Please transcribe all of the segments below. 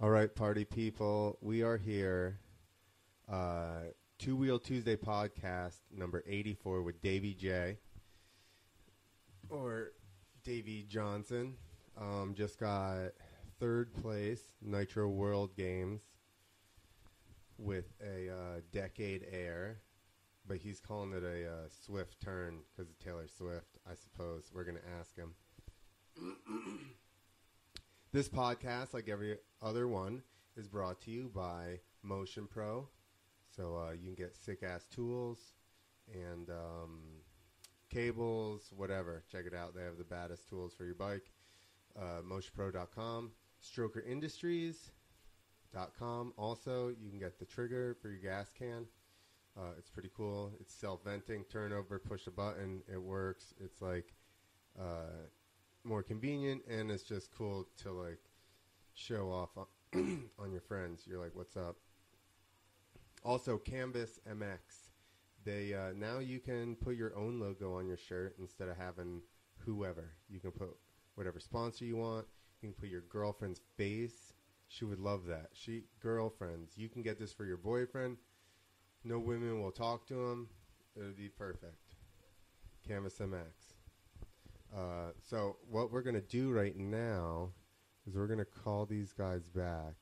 All right, party people, we are here. Uh, Two Wheel Tuesday podcast number 84 with Davey J or Davey Johnson. Um, just got third place Nitro World Games with a uh, decade air, but he's calling it a uh, swift turn because of Taylor Swift, I suppose. We're going to ask him. This podcast, like every other one, is brought to you by Motion Pro. So uh, you can get sick ass tools and um, cables, whatever. Check it out. They have the baddest tools for your bike. Uh, MotionPro.com, StrokerIndustries.com. Also, you can get the trigger for your gas can. Uh, it's pretty cool. It's self venting, turnover, push a button, it works. It's like uh, more convenient and it's just cool to like show off on, on your friends. You're like, what's up? Also, Canvas MX. They uh, now you can put your own logo on your shirt instead of having whoever. You can put whatever sponsor you want. You can put your girlfriend's face. She would love that. She girlfriends. You can get this for your boyfriend. No women will talk to him. It'll be perfect. Canvas MX. Uh, so what we're gonna do right now is we're gonna call these guys back.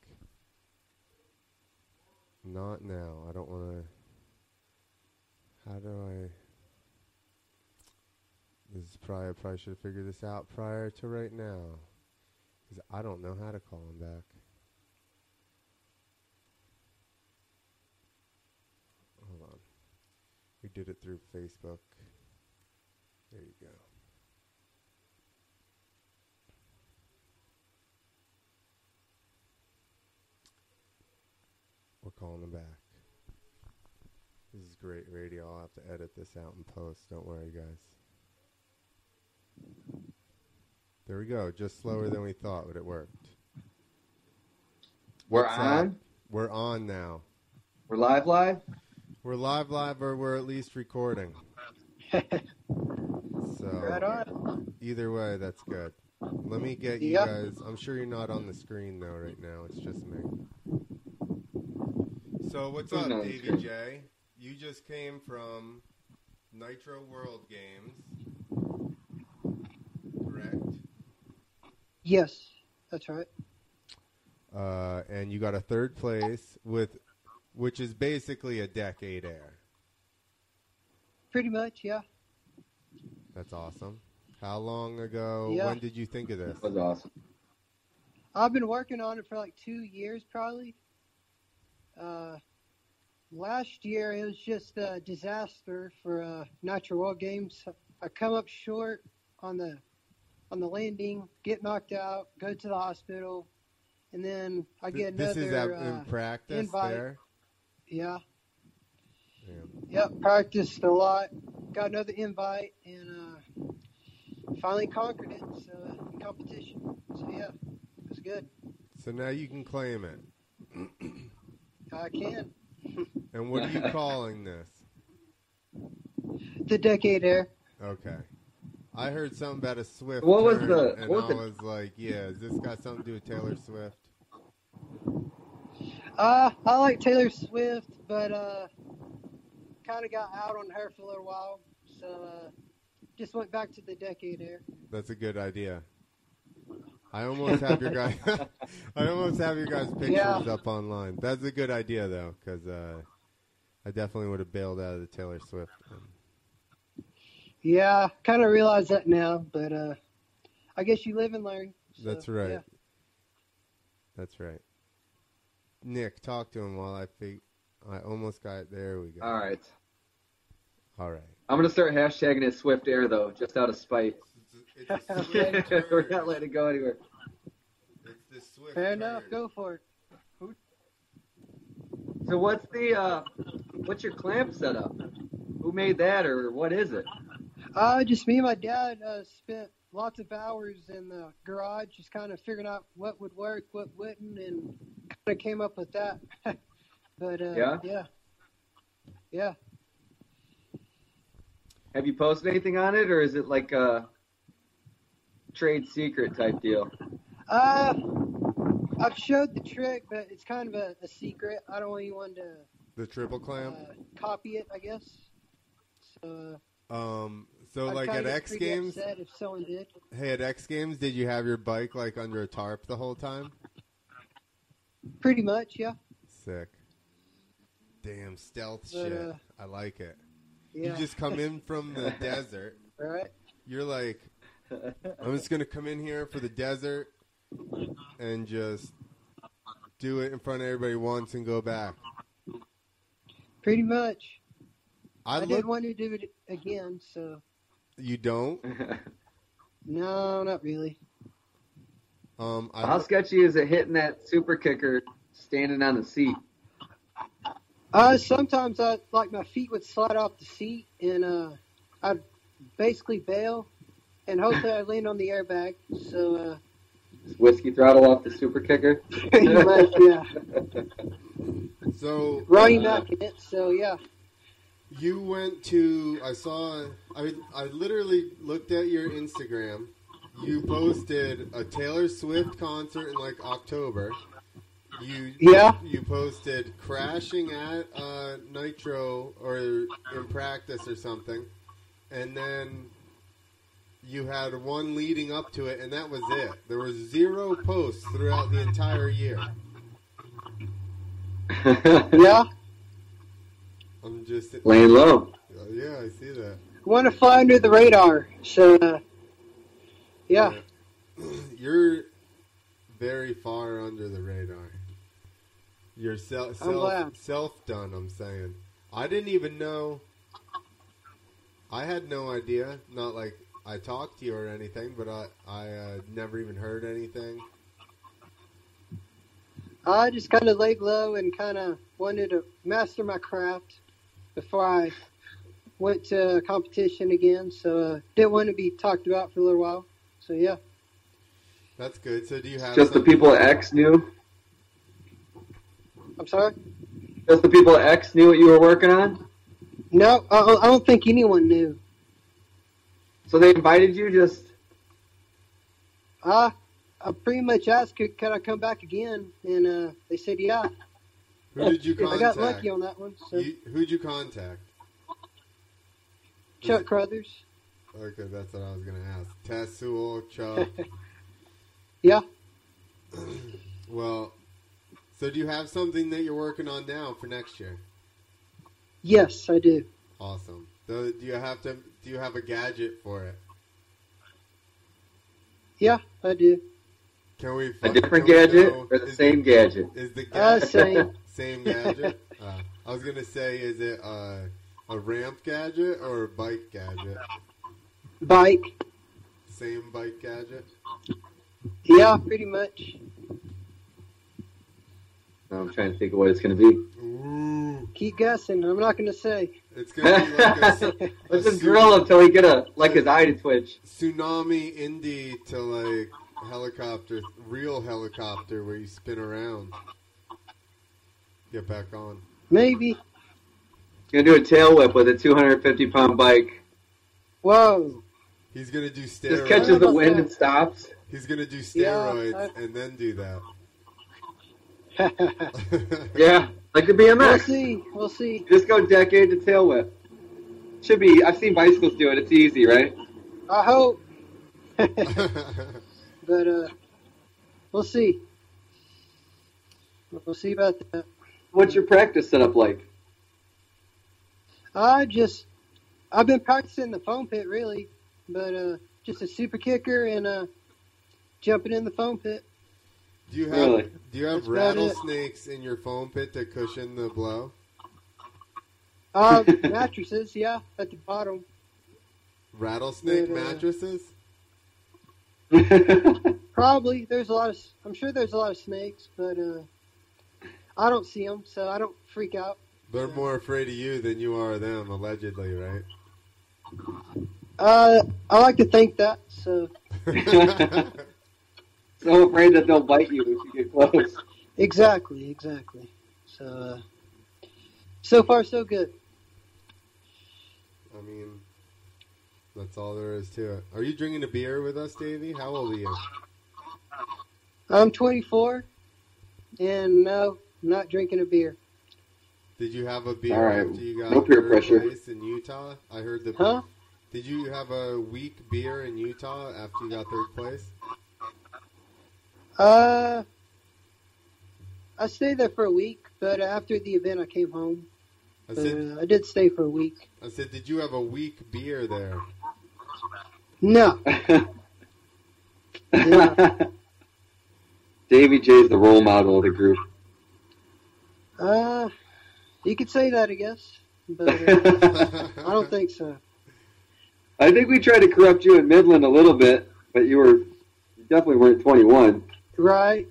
Not now. I don't want to. How do I? This is probably I probably should have figured this out prior to right now, because I don't know how to call them back. Hold on. We did it through Facebook. There you go. We're calling them back. This is great radio. I'll have to edit this out and post. Don't worry, guys. There we go. Just slower than we thought, but it worked. We're What's on. up? We're on now. We're live, live. We're live, live, or we're at least recording. so Right on. either way, that's good. Let me get you Yep. guys. I'm sure you're not on the screen though right now. It's just me. So what's Who's up, not on the Davy screen? J? You just came from Nitro World Games, correct? Yes, that's right. Uh, and you got a third place with, which is basically a decade air. Pretty much, yeah. That's awesome. How long ago? Yeah. When did you think of this? That was awesome. I've been working on it for like two years, probably. Uh, last year, it was just a disaster for uh, Natural World Games. I come up short on the on the landing, get knocked out, go to the hospital, and then I get this is another. out uh, in practice invite. there. yeah, Yeah. Yep, practiced a lot. Got another invite and uh, finally conquered it. So in competition. So yeah, it was good. So now you can claim it. I can. And what are you calling this? The decade air. Okay. I heard something about a Swift. What was turn, the- And what was I the- was like, yeah, has this got something to do with Taylor Swift? Uh, I like Taylor Swift, but uh, kind of got out on her for a little while. So uh, just went back to the decade air. That's a good idea. I almost have your guys. I almost have your guys' pictures Yeah. up online. That's a good idea though, because uh, I definitely would have bailed out of the Taylor Swift. one. Yeah, kind of realize that now, but uh, I guess you live and learn. So, That's right. yeah. That's right. Nick, talk to him while I fig- I almost got it. There we go. All right. All right. I'm going to start hashtagging it Swift Air, though, just out of spite. It's a, a swift swift We're not letting it go anywhere. It's the swift Fair enough. Go for it. So, what's the, uh, what's your clamp setup? Who made that, or what is it? Uh, just me and my dad uh, spent lots of hours in the garage, just kind of figuring out what would work, what wouldn't, and kind of came up with that. but uh, Yeah? yeah, yeah. Have you posted anything on it, or is it like a trade secret type deal? Uh, I've showed the trick, but it's kind of a, a secret. I don't want anyone to The triple uh, clamp. copy it, I guess. So, Um, so uh, I'd like at kinda get X pretty Games, upset if someone did. hey, at X Games, did you have your bike like under a tarp the whole time? Pretty much, yeah. Sick. Damn stealth But, shit. uh, I like it. Yeah. You just come in from the desert. right. You're like, I'm just gonna come in here for the desert and just do it in front of everybody once and go back. Pretty much. I, I, look. did want to do it again, so You don't. no, not really. Um, I How sketchy is it hitting that super kicker standing on the seat? Uh, sometimes I like my feet would slide off the seat, and uh, I'd basically bail, and hopefully I land on the airbag. So uh, Whiskey throttle off the super kicker? pretty much, yeah, so Ronnie Mack in it. So yeah, You went to I saw I I literally looked at your Instagram. You posted a Taylor Swift concert in like October. You Yeah. You posted crashing at uh, Nitro or in practice or something, and then you had one leading up to it, and that was it. There was zero posts throughout the entire year. yeah. I'm just Laying low. yeah, I see that. Want to fly under the radar. So uh, yeah, You're very far under the radar. You're self I'm self, glad. self done. I'm saying. I didn't even know. I had no idea. Not like I talked to you or anything, but I I uh, never even heard anything. I just kind of laid low and kind of wanted to master my craft before I went to competition again. So uh, didn't want to be talked about for a little while. So yeah. That's good. So do you have Just the something- people at X knew? I'm sorry. Just the people at X knew what you were working on? No, I, I don't think anyone knew. So they invited you just. I, I pretty much asked, could, could I come back again? And uh, they said, yeah. Who did you I contact? got lucky on that one. So You- who'd you contact? Chuck Crothers. Okay, that's what I was gonna ask. Tessul, Chuck. Yeah. Well, so do you have something that you're working on now for next year? Yes, I do. Awesome. Do, do you have to? Do you have a gadget for it? Yeah, I do. Can we? A fuck- different can we gadget know- or the is same gadget? Is the Uh, gadget same. same gadget? Uh, I was gonna say, is it uh, a ramp gadget or a bike gadget? Bike. Same bike gadget. Yeah, pretty much. No, I'm trying to think of what it's going to be. Ooh, Keep guessing. I'm not going to say. it's gonna be like a, s- a Let's just tsu- grill him till we get a like his eye to twitch. tsunami indie to like helicopter, real helicopter where you spin around. Get back on. Maybe. Gonna do a tail whip with a 250 pound bike. Whoa. He's gonna do steroids. Just catches the wind and stops. He's gonna do Yeah, steroids I- and then do that. we'll Yeah, like the BMX. see. We'll see. Just go decade to tail whip. Should be. I've seen bicycles do it. It's easy, right? I hope. but uh, we'll see. We'll see about that. What's your practice setup like? I just I've been practicing the foam pit really, but uh just a super kicker and uh jumping in the foam pit. do you have Really? do you have That's about it. rattlesnakes in your foam pit to cushion the blow? Uh mattresses, yeah, at the bottom. Rattlesnake Yeah. mattresses? Probably there's a lot of I'm sure there's a lot of snakes, but uh I don't see them, so I don't freak out. They're more afraid of you than you are of them, allegedly, right? Uh I like to think that, so so afraid that they'll bite you if you get close. exactly, exactly. So uh so far so good. I mean, that's all there is to it. Are you drinking a beer with us, Davey? How old are you? I'm 24 and no, not drinking a beer. Did you have a beer All right. after you got No peer third pressure. place in Utah? I heard the. Huh? Did you have a weak beer in Utah after you got third place? Uh, I stayed there for a week, but after the event, I came home. I said, Uh, I did stay for a week. I said, did you have a weak beer there? No, Yeah. Davy J is the role model of the group. uh, you could say that, I guess, but uh, I don't think so. I think we tried to corrupt you in Midland a little bit, but you were you definitely weren't 21. Right?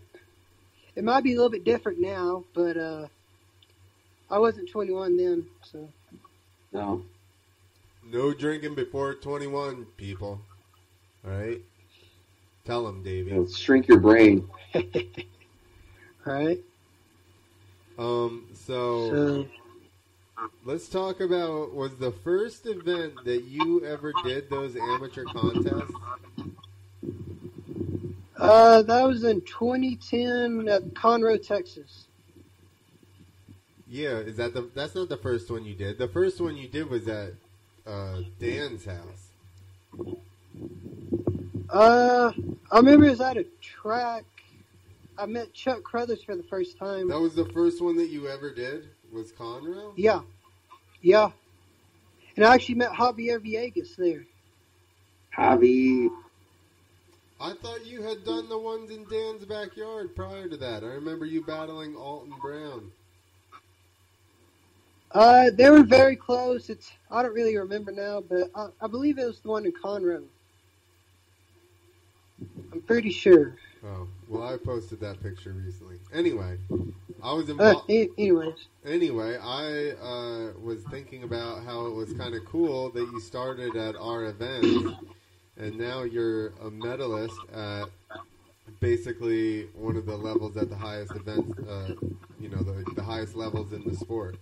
It might be a little bit different now, but uh, I wasn't 21 then, so No. No drinking before 21, people. All right? Tell them, You know, Davey. shrink your brain. right. Um, so So let's talk about was the first event that you ever did those amateur contests? uh, that was in 2010 at Conroe, Texas. Yeah, is that the that's not the first one you did. The first one you did was at uh, Dan's house. Uh, I remember it was at a track. I met Chuck Crothers for the first time. That was the first one that you ever did was Conroe? Yeah, yeah. And I actually met Javier Viegas there. Javi. I thought you had done the ones in Dan's backyard prior to that. I remember you battling Alton Brown. Uh, they were very close. It's I don't really remember now, but I, I believe it was the one in Conroe. I'm pretty sure. Oh, well, I posted that picture recently. Anyway, I was Uh, involved. a- anyways, Anyway, I uh, was thinking about how it was kind of cool that you started at our event, and now you're a medalist at basically one of the levels at the highest events, uh, you know, the, the highest levels in the sport.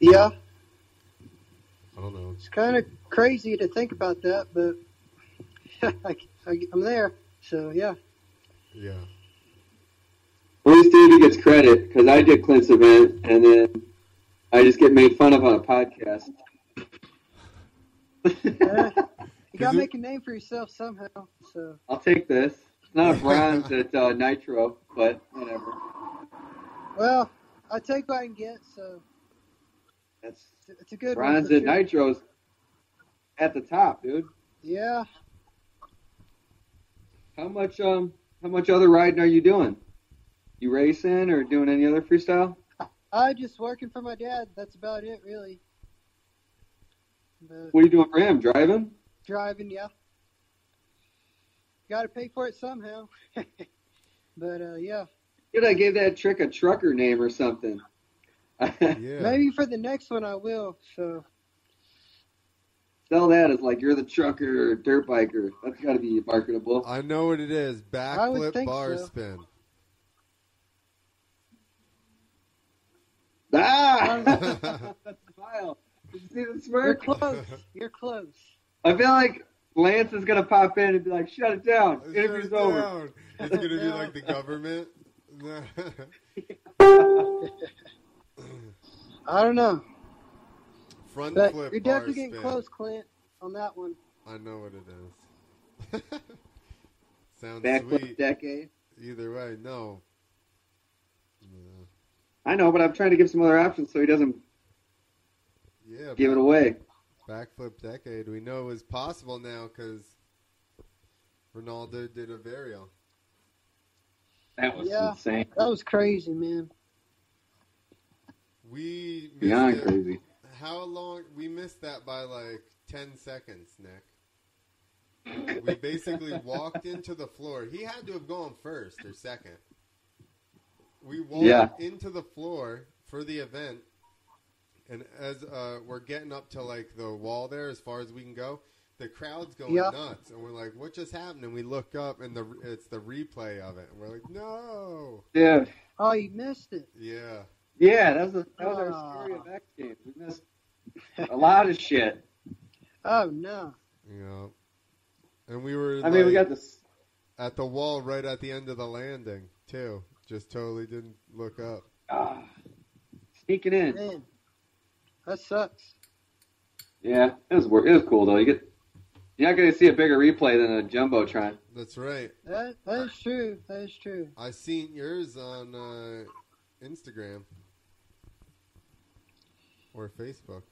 yeah, I don't know. it's kind of crazy to think about that, but I, I, I'm there. So yeah, Yeah. At least Davey gets credit because I did Clint's event and then I just get made fun of on a podcast. Uh, you Is gotta it- make a name for yourself somehow. So I'll take this. It's not a bronze at uh, Nitro, but whatever. well, I take what I can get. So That's it's, it's a good one. bronze for at sure. Nitro's at the top, dude. Yeah. How much um how much other riding are you doing? You racing or doing any other freestyle? I just working for my dad. That's about it, really. But What are you doing for him? Driving? driving, yeah. Got to pay for it somehow. but uh, yeah. Dude, I gave that trick a trucker name or something. Yeah. maybe for the next one I will. So Sell that as like you're the trucker or dirt biker. That's gotta be marketable. I know what it is. I would Backflip think bar so. spin. Ah That's a smile. Did you see the you're smirk? close. You're close. I feel like Lance is gonna pop in and be like, Shut it down. Shut Interview's it over. down. It's gonna be like the government. I don't know, Front but flip. you're bar definitely getting spin. close, Clint, on that one. I know what it is. Sounds Backflip sweet. decade. Either way, no. No. I know, but I'm trying to give some other options so he doesn't Yeah, give it away. back- backflip decade. We know it was possible now because Ronaldo did a varial. That was Yeah. insane. That was crazy, man. We missed Beyond it. crazy. How long? We missed that by like 10 seconds, Nick. We basically walked into the floor. He had to have gone first or second. We walked Yeah. into the floor for the event, and as uh, we're getting up to like the wall there, as far as we can go, the crowd's going Yeah. nuts, and we're like, "What just happened?" And we look up, and the it's the replay of it, and we're like, "No, Yeah. Oh, you missed it. yeah." Yeah, that was a, that was our Aw. story of X Games. We missed a lot of shit. Oh no. You know, and we were. I mean, we like- got this. at the wall right at the end of the landing too. Just totally didn't look up. Ah, sneaking in. Man, that sucks. Yeah, it was wor- it was cool though. You get you're not going to see a bigger replay than a jumbotron. That's right. That, that is true. That is true. I seen yours on uh, Instagram or Facebook.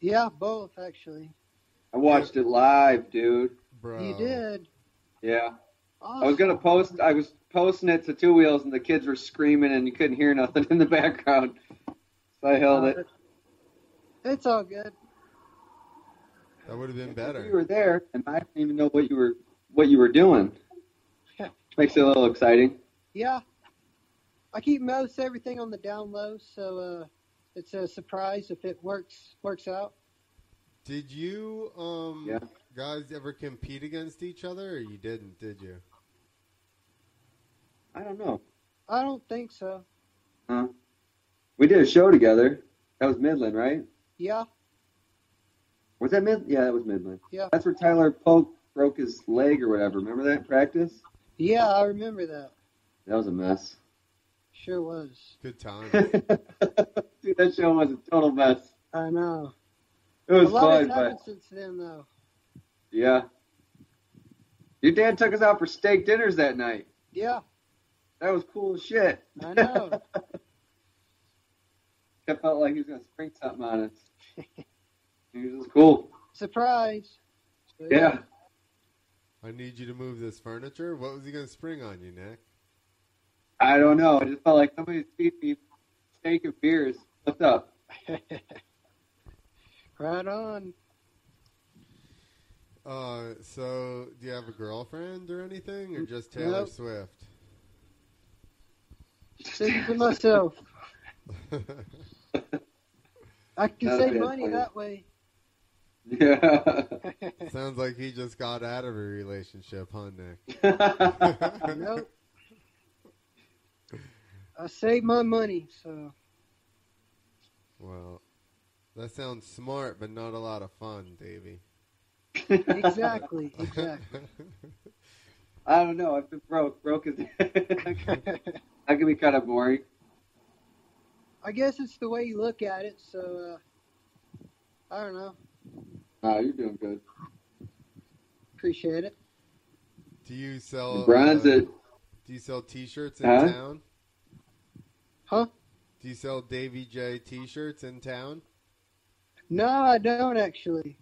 Yeah, both actually. I watched it live, dude. Bro. You did. Yeah, Awesome. I was gonna post. I was posting it to two wheels, and the kids were screaming, and you couldn't hear nothing in the background. So I held it. It's all good. That would have been You better. were there, and I didn't even know what you were what you were doing. Makes it a little exciting. Yeah. I keep most everything on the down low, so uh, it's a surprise if it works works out. Did you um Yeah. guys ever compete against each other or you didn't, did you? I don't know. I don't think so. We did a show together. That was Midland, right? Yeah, Was that Midland? Yeah, that was Midland. Yeah. That's where Tyler Pope broke his leg or whatever. Remember that in practice? yeah, I remember that. That was a mess. Sure was. Good times. Dude, that show was a total mess. I know. It was a lot fun, has happened but since then, though. yeah. Your dad took us out for steak dinners that night. Yeah, That was cool as shit. I know. I felt like he was gonna spring something on us. he was just cool. surprise. But, Yeah. I need you to move this furniture. What was he gonna spring on you, Nick? I don't know. I just felt like somebody's feeding me steak and beers. What's up? right on. Uh, so do you have a girlfriend or anything, or just Taylor Nope. Swift? Thinking to myself, I can That'll be save it money for you. that way. Yeah. Sounds like he just got out of a relationship, huh, Nick? nope. I save my money, so Well, that sounds smart, but not a lot of fun, Davey. exactly, exactly. I don't know. I've been broke. Broke is that can be kind of boring. I guess it's the way you look at it. So uh, I don't know. No, you're doing good. Appreciate it. do you sell Brian's uh, it. Do you sell T-shirts in Huh? town? Huh? Do you sell Davey J T-shirts in town? No, I don't actually.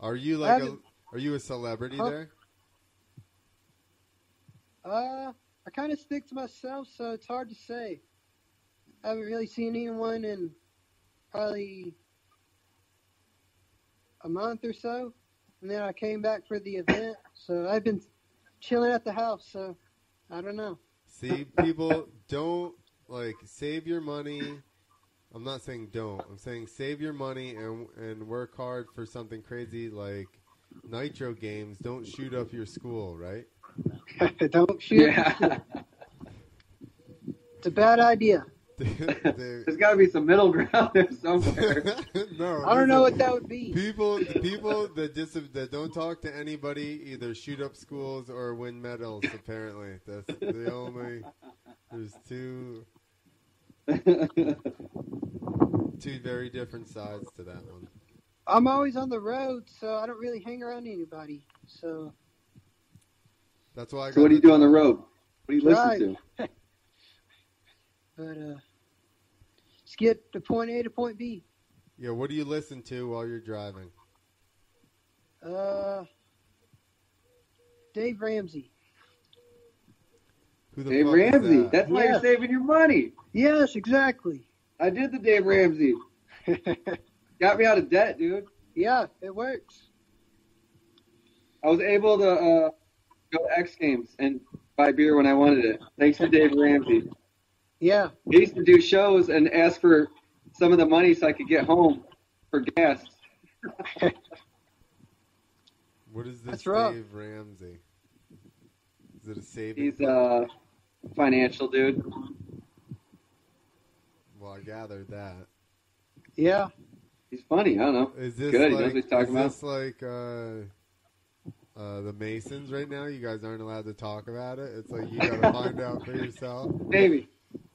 Are you like a haven't- Are you a celebrity Huh? there? Uh, I kind of stick to myself, so it's hard to say. I haven't really seen anyone in probably a month or so, and then I came back for the event. So I've been chilling at the house. So I don't know. See, people don't like save your money. I'm not saying don't. I'm saying save your money and and work hard for something crazy like nitro games. Don't shoot up your school, right? don't shoot. Yeah. It's a bad idea. There's The- got to be some middle ground there somewhere. the- no, I don't know listen. what that would be. People, the people that dis- that don't talk to anybody either shoot up schools or win medals. Apparently, that's the only. There's two two very different sides to that one. I'm always on the road, so I don't really hang around anybody. So That's why. I so what got do you the- do on the road? What do you listen Drive. to? But uh, let's get to point A to point B. Yeah, what do you listen to while you're driving? Uh, Dave Ramsey. Who the Dave fuck is Ramsey. that? That's why Yeah. you're saving your money. Yes, exactly. I did the Dave Ramsey. Got me out of debt, dude. yeah, it works. I was able to uh, go to X Games and buy beer when I wanted it. Thanks to Dave Ramsey. Yeah, He used to do shows and ask for some of the money so I could get home for gas. What is this That's rough. Dave Ramsey? Is it a saving? He's a financial dude. Well, I gathered that. yeah. He's funny. I don't know. Is this Good, he knows like what he's talking is about. this like uh, uh, the Masons right now. You guys aren't allowed to talk about it. It's like you gotta find out for yourself. Davey,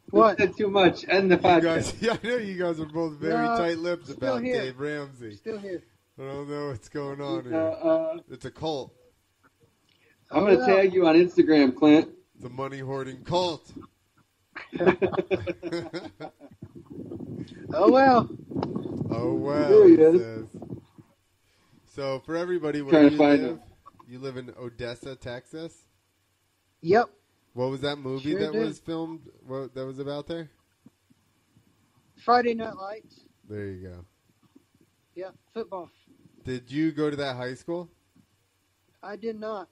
What? said too much. End the You podcast. guys, yeah, I know you guys are both very No, tight-lipped still about here. Dave Ramsey. Still here. I don't know what's going on Uh, here. uh, It's a cult. I'm going to tag you on Instagram, Clint. It's a money hoarding cult. Oh well. Oh wow! There he he is. says. So for everybody, where Trying to you find live, him. you live in Odessa, Texas. Yep. What was that movie Sure that do. was filmed? What that was about there? Friday Night Lights. There you go. Yep. Football. Did you go to that high school? I did not.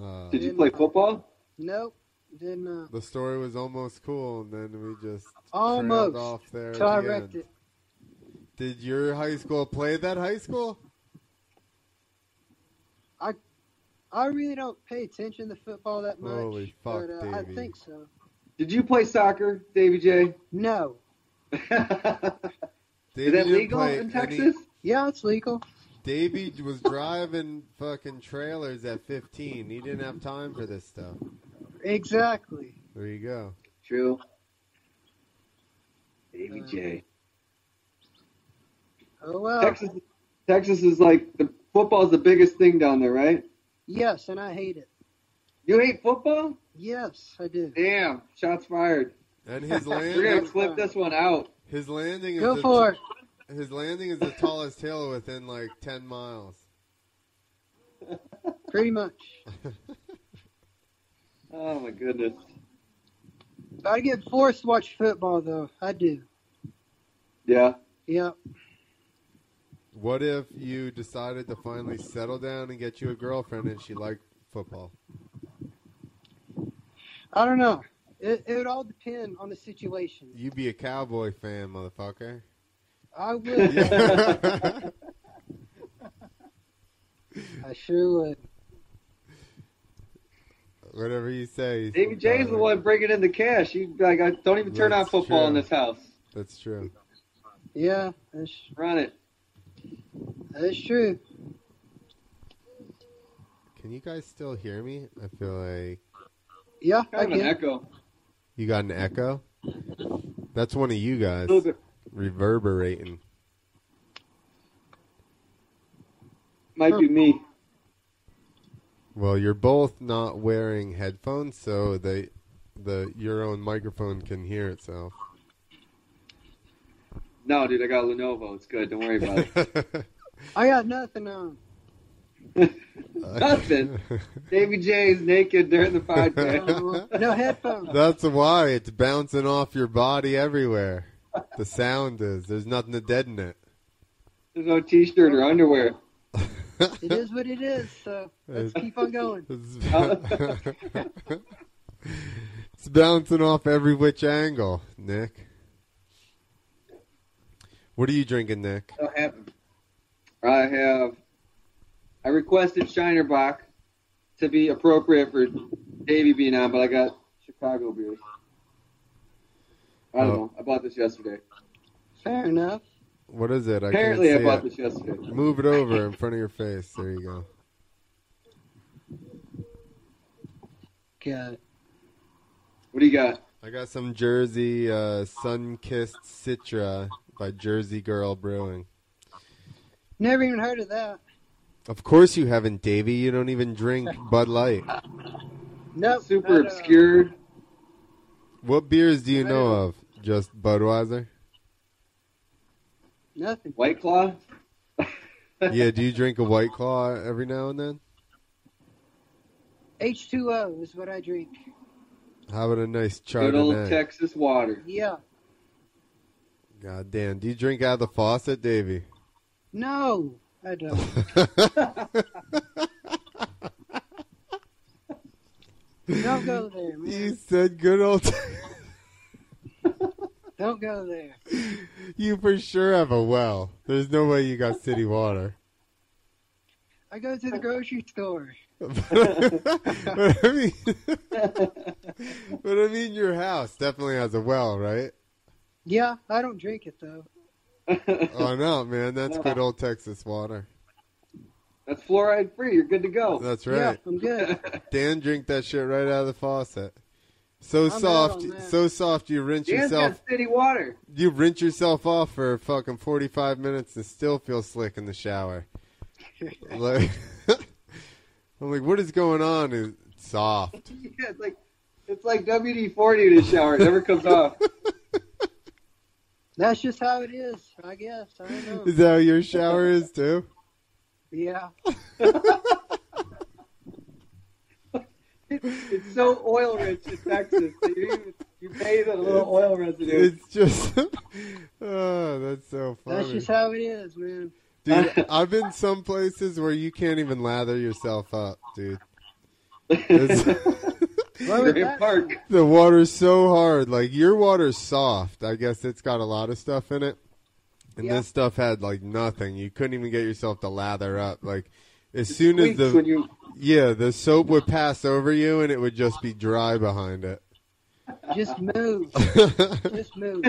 Uh, Did you play football? Nope. uh, Did not. the story was almost cool, and then we just trailed Almost. off there. at Till I the wrecked end. it. Did your high school play that high school? I really don't pay attention to football that much. Holy fuck, but, uh, I Davey. think so. Did you play soccer, Davy J? No. Is Davey that didn't legal play in any- Texas? Yeah, it's legal. Davey was driving fucking trailers at 15. He didn't have time for this stuff. Exactly. There you go. True. Davy J. Oh Uh, well. Texas, Texas is like the football's the biggest thing down there, right? Yes, and I hate it. You hate football? Yes, I do. Damn! Shots fired. And his We're gonna landing, clip this one out. his landing is Go the- for it. His landing is the tallest hill within like 10 miles. Pretty much. Oh my goodness. I get forced to watch football though. I do. Yeah. Yeah. What if you decided to finally settle down and get you a girlfriend and she liked football? I don't know. It, it would all depend on the situation. You'd be a cowboy fan, motherfucker. I would. Yeah. I sure would. Whatever you say. Davy J is the Tyler. one bringing in the cash. You like, I don't even turn That's on football in true. this house. That's true. Yeah, that's, Run it. that's true. Can you guys still hear me? I feel like Yeah, I Kind of an get it. echo. you got an echo. That's one of you A guys little bit. reverberating. Might be me. Well, you're both not wearing headphones, so they, the your own microphone can hear itself. No, dude, I got a Lenovo. It's good. Don't worry about it. I got nothing on. Nothing. Davy J is naked during the podcast. No headphones. That's why it's bouncing off your body everywhere. The sound is. There's nothing to deaden it. There's no t-shirt or underwear. It is what it is. So let's keep on going. It's it's bouncing off every which angle, Nick. What are you drinking, Nick? That'll happen. I have. I requested Shinerbach to be appropriate for Davy being on, but I got Chicago beers. I don't Oh. know. I bought this yesterday. Fair enough. What is it? I Apparently, I can't see bought it. this yesterday. Move it over in front of your face. There you go. Got it. What do you got? I got some Jersey uh, Sun Kissed Citra by Jersey Girl Brewing. Never even heard of that. Of course you haven't, Davey. You don't even drink Bud Light. Nope. Super not, uh, obscure. What beers do you I know don't- of? Just Budweiser? Nothing. White Claw? Yeah, do you drink a White Claw every now and then? H2O is what I drink. How about a nice Good old Chardonnay? Texas water. Yeah. God damn. Do you drink out of the faucet, Davey? No, I don't. Don't go there, you man. said good old. Don't go there. you for sure have a well. There's no way you got city water. I go to the grocery store. but I mean, but I mean, your house definitely has a well, right? Yeah, I don't drink it though. Oh no, man, that's good old Texas water. That's fluoride free. You're good to go. That's right. Yeah, I'm good. Dan drink that shit right out of the faucet. So I'm out soft, on that. so soft. You rinse Dan's yourself. got city water. You rinse yourself off for fucking forty-five minutes and still feel slick in the shower. like, I'm like, what is going on? Is soft. Yeah, it's like it's like WD forty in the shower. It never comes off. That's just how it is, I guess. I don't know. Is that how your shower is too? Yeah. It's so oil rich in Texas. that You, even- you bathe in a little oil residue. It's just, oh, that's so funny. That's just how it is, man. Dude, I've been some places where you can't even lather yourself up, dude. It's- What was Great that? Park. the water's so hard. Like your water's soft. I guess it's got a lot of stuff in it. And Yeah. this stuff had like nothing. You couldn't even get yourself to lather up. Like as soon as Squeaks the when you yeah, the soap would pass over you and it would just be dry behind it. Just move. Just move.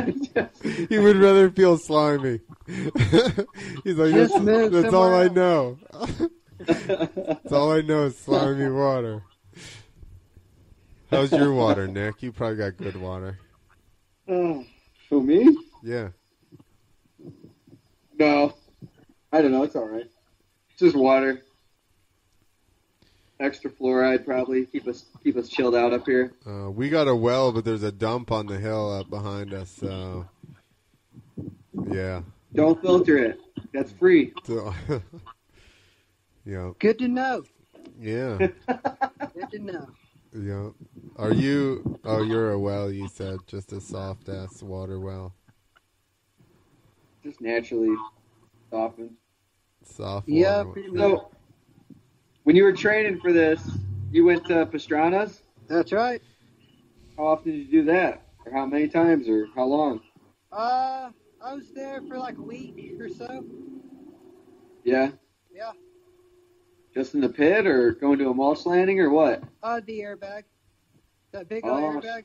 he would rather feel slimy. He's like Just that's, move that's all somewhere I else." know. that's all I know is slimy water. How's your water, Nick? You probably got good water. Oh, who me? Yeah. No, I don't know. It's all right. It's just water. Extra fluoride probably keep us keep us chilled out up here. Uh, we got a well, but there's a dump on the hill up behind us. So, yeah. Don't filter it. That's free. So, yeah, Good to know. yeah, Good to know. yeah. Are you? Oh, you're a well. You said just a soft ass water well. Just naturally softened. Soft. Yeah, water pretty well. much. So when you were training for this, you went to Pastrana's. That's right. How often did you do that? Or how many times? Or how long? Uh, I was there for like a week or so. Yeah. Yeah. Just in the pit, or going to a mulch landing, or what? Uh, the airbag. That big old Oh. airbag.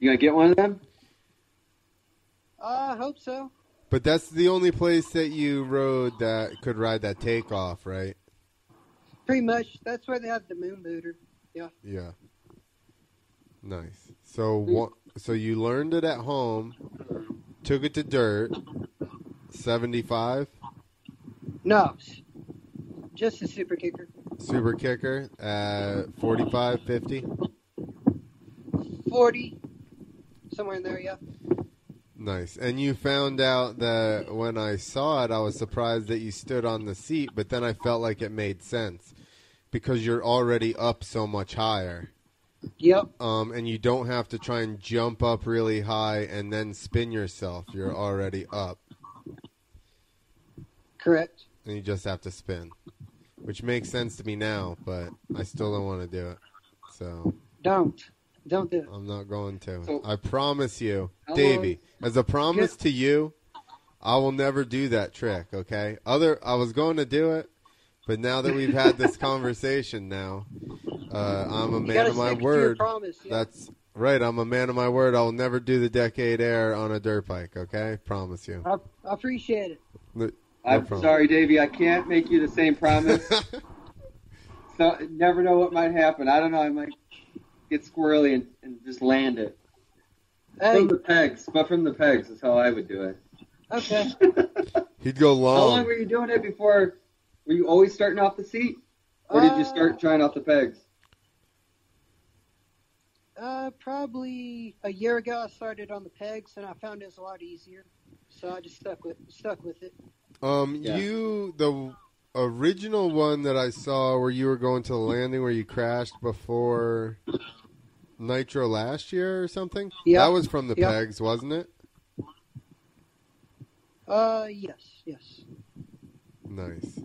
You gonna get one of them? Uh, I hope so. But that's the only place that you rode that could ride that takeoff, right? Pretty much. That's where they have the moon booter. Yeah. Nice. So what? So you learned it at home, took it to dirt, seventy-five. No, s- just a super kicker. Super kicker at 45, 50. 40, somewhere in there, yeah. Nice. And you found out that when I saw it, I was surprised that you stood on the seat, but then I felt like it made sense because you're already up so much higher. Yep. Um, and you don't have to try and jump up really high and then spin yourself. You're already up, Correct. and you just have to spin, which makes sense to me now, but I still don't want to do it. So. Don't. Don't do it. I'm not going to. So- I promise you, How Davey. As a promise to you, I will never do that trick. Okay. Other, I was going to do it, but now that we've had this converssion, now uh, I'm a You man gotta of my stick to your word. promise. Yeah. That's right. I'm a man of my word. I will never do the decade air on a dirt bike. Okay. Promise you. I, I appreciate it. No I'm problem. sorry, Davey. I can't make you the same promise. so never know what might happen. I don't know. I might get squirrely and, and just land it Hey, from the pegs. But from the pegs is how I would do it. okay. He'd go How long long. were you doing it before? Were you always starting off the seat, or did you Uh, start trying off the pegs? Uh, probably a year ago, I started on the pegs, and I found it was a lot easier, so I just stuck with stuck with it. Um, Yeah. you the original one that I saw where you were going to the landing where you crashed before Nitro last year or something. Yeah. that was from the Yeah. pegs, wasn't it? Uh, yes, yes. Nice.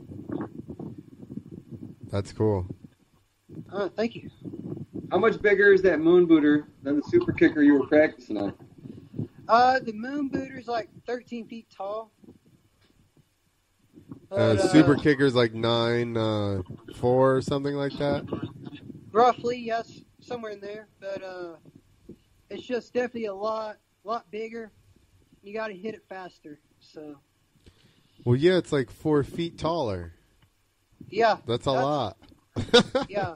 That's cool. Uh, thank you. How much bigger is that moon booter than the super kicker you were practicing on? Uh, the moon booter's like 13 feet tall. Uh, But, super kickers like nine uh, four or something like that. Roughly, yes, somewhere in there. But uh, it's just definitely a lot, lot bigger. You got to hit it faster. So Well, yeah, it's like four feet taller. Yeah, That's a That's- lot. yeah.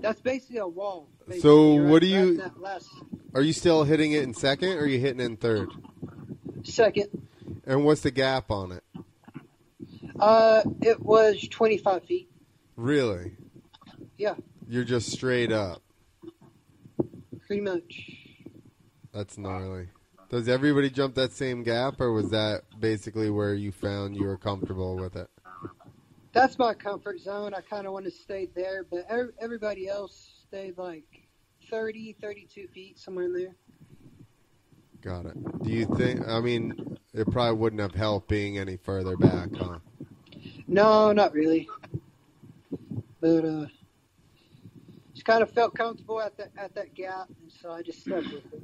That's basically a wall. basically, So what do That's you- not less. Are you still hitting it in second or are you hitting it in third? Second, And what's the gap on it? uh, it was 25 feet. Really? Yeah. You're just straight up. Pretty much. That's gnarly. Does everybody jump that same gap or was that basically where you found you were comfortable with it? That's my comfort zone. I kind of want to stay there, but ev- everybody else stayed like 30, 32 feet, somewhere in there. Got it. Do you think I mean it probably wouldn't have helped being any further back, huh? No, not really. But uh, just kind of felt comfortable at that at that gap, and so I just stuck with it.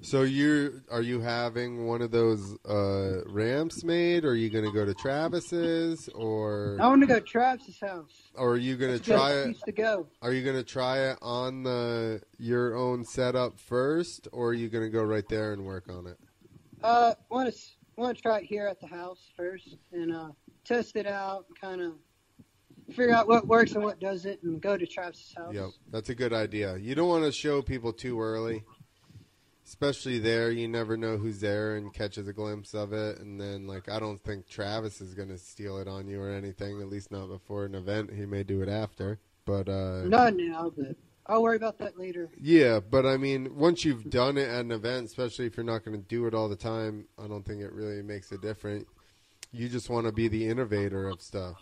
So you are you having one of those uh, ramps made? Or are you going to go to Travis's, or I want to go to Travis's house. or are you going to That's where I try it? Used to go. Are you going to try it on the your own setup first, or are you going to go right there and work on it? Uh, want to want to try it here at the house first, and uh, test it out, kind of figure out what works and what doesn't, and go to Travis's house. Yep, that's a good idea. You don't want to show people too early, especially there. You never know who's there and catches a glimpse of it, and then like I don't think Travis is going to steal it on you or anything. At least not before an event. He may do it after, but uh, Not now, but I'll worry about that later. Yeah, but I mean, once you've done it at an event, especially if you're not going to do it all the time, I don't think it really makes a difference. You just want to be the innovator of stuff,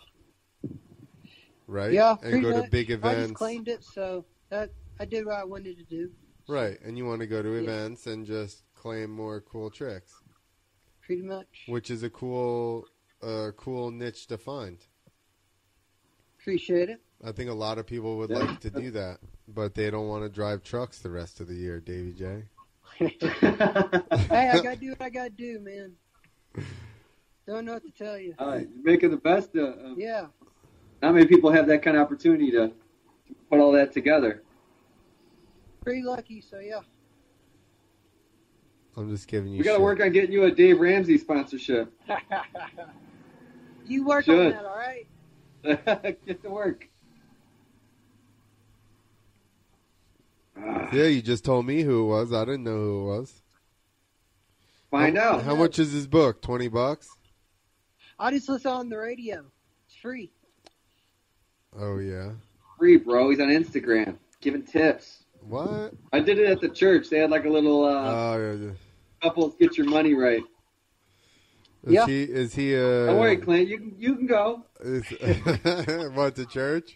right? Yeah, and pretty go to much. big I just events, claimed it, so that I did what I wanted to do, right? And you want to go to Yeah. events and just claim more cool tricks, pretty much. which is a cool, uh, cool niche to find. Appreciate it. I think a lot of people would Yeah. like to do that, but they don't want to drive trucks the rest of the year, Davy J. Hey, I gotta do what I gotta do, man. Don't know what to tell you. All right, you're making the best. Of, of, Yeah, Not many people have that kind of opportunity to, to put all that together. pretty lucky, so yeah. I'm just giving you. We got to shit. work on getting you a Dave Ramsey sponsorship. You work on Should. that, all right? Get to work. Ah, Yeah, you just told me who it was. I didn't know who it was. Find how, out. How much is his book? Twenty bucks. I just listen on the radio. It's free. Oh yeah. Free, bro. He's on Instagram giving tips. What? I did it at the church. They had like a little uh, Oh, yeah, yeah. couples get your money right. Is Yeah. he? Is he? Uh, Don't worry, Clint. You can you can go. is, what the church?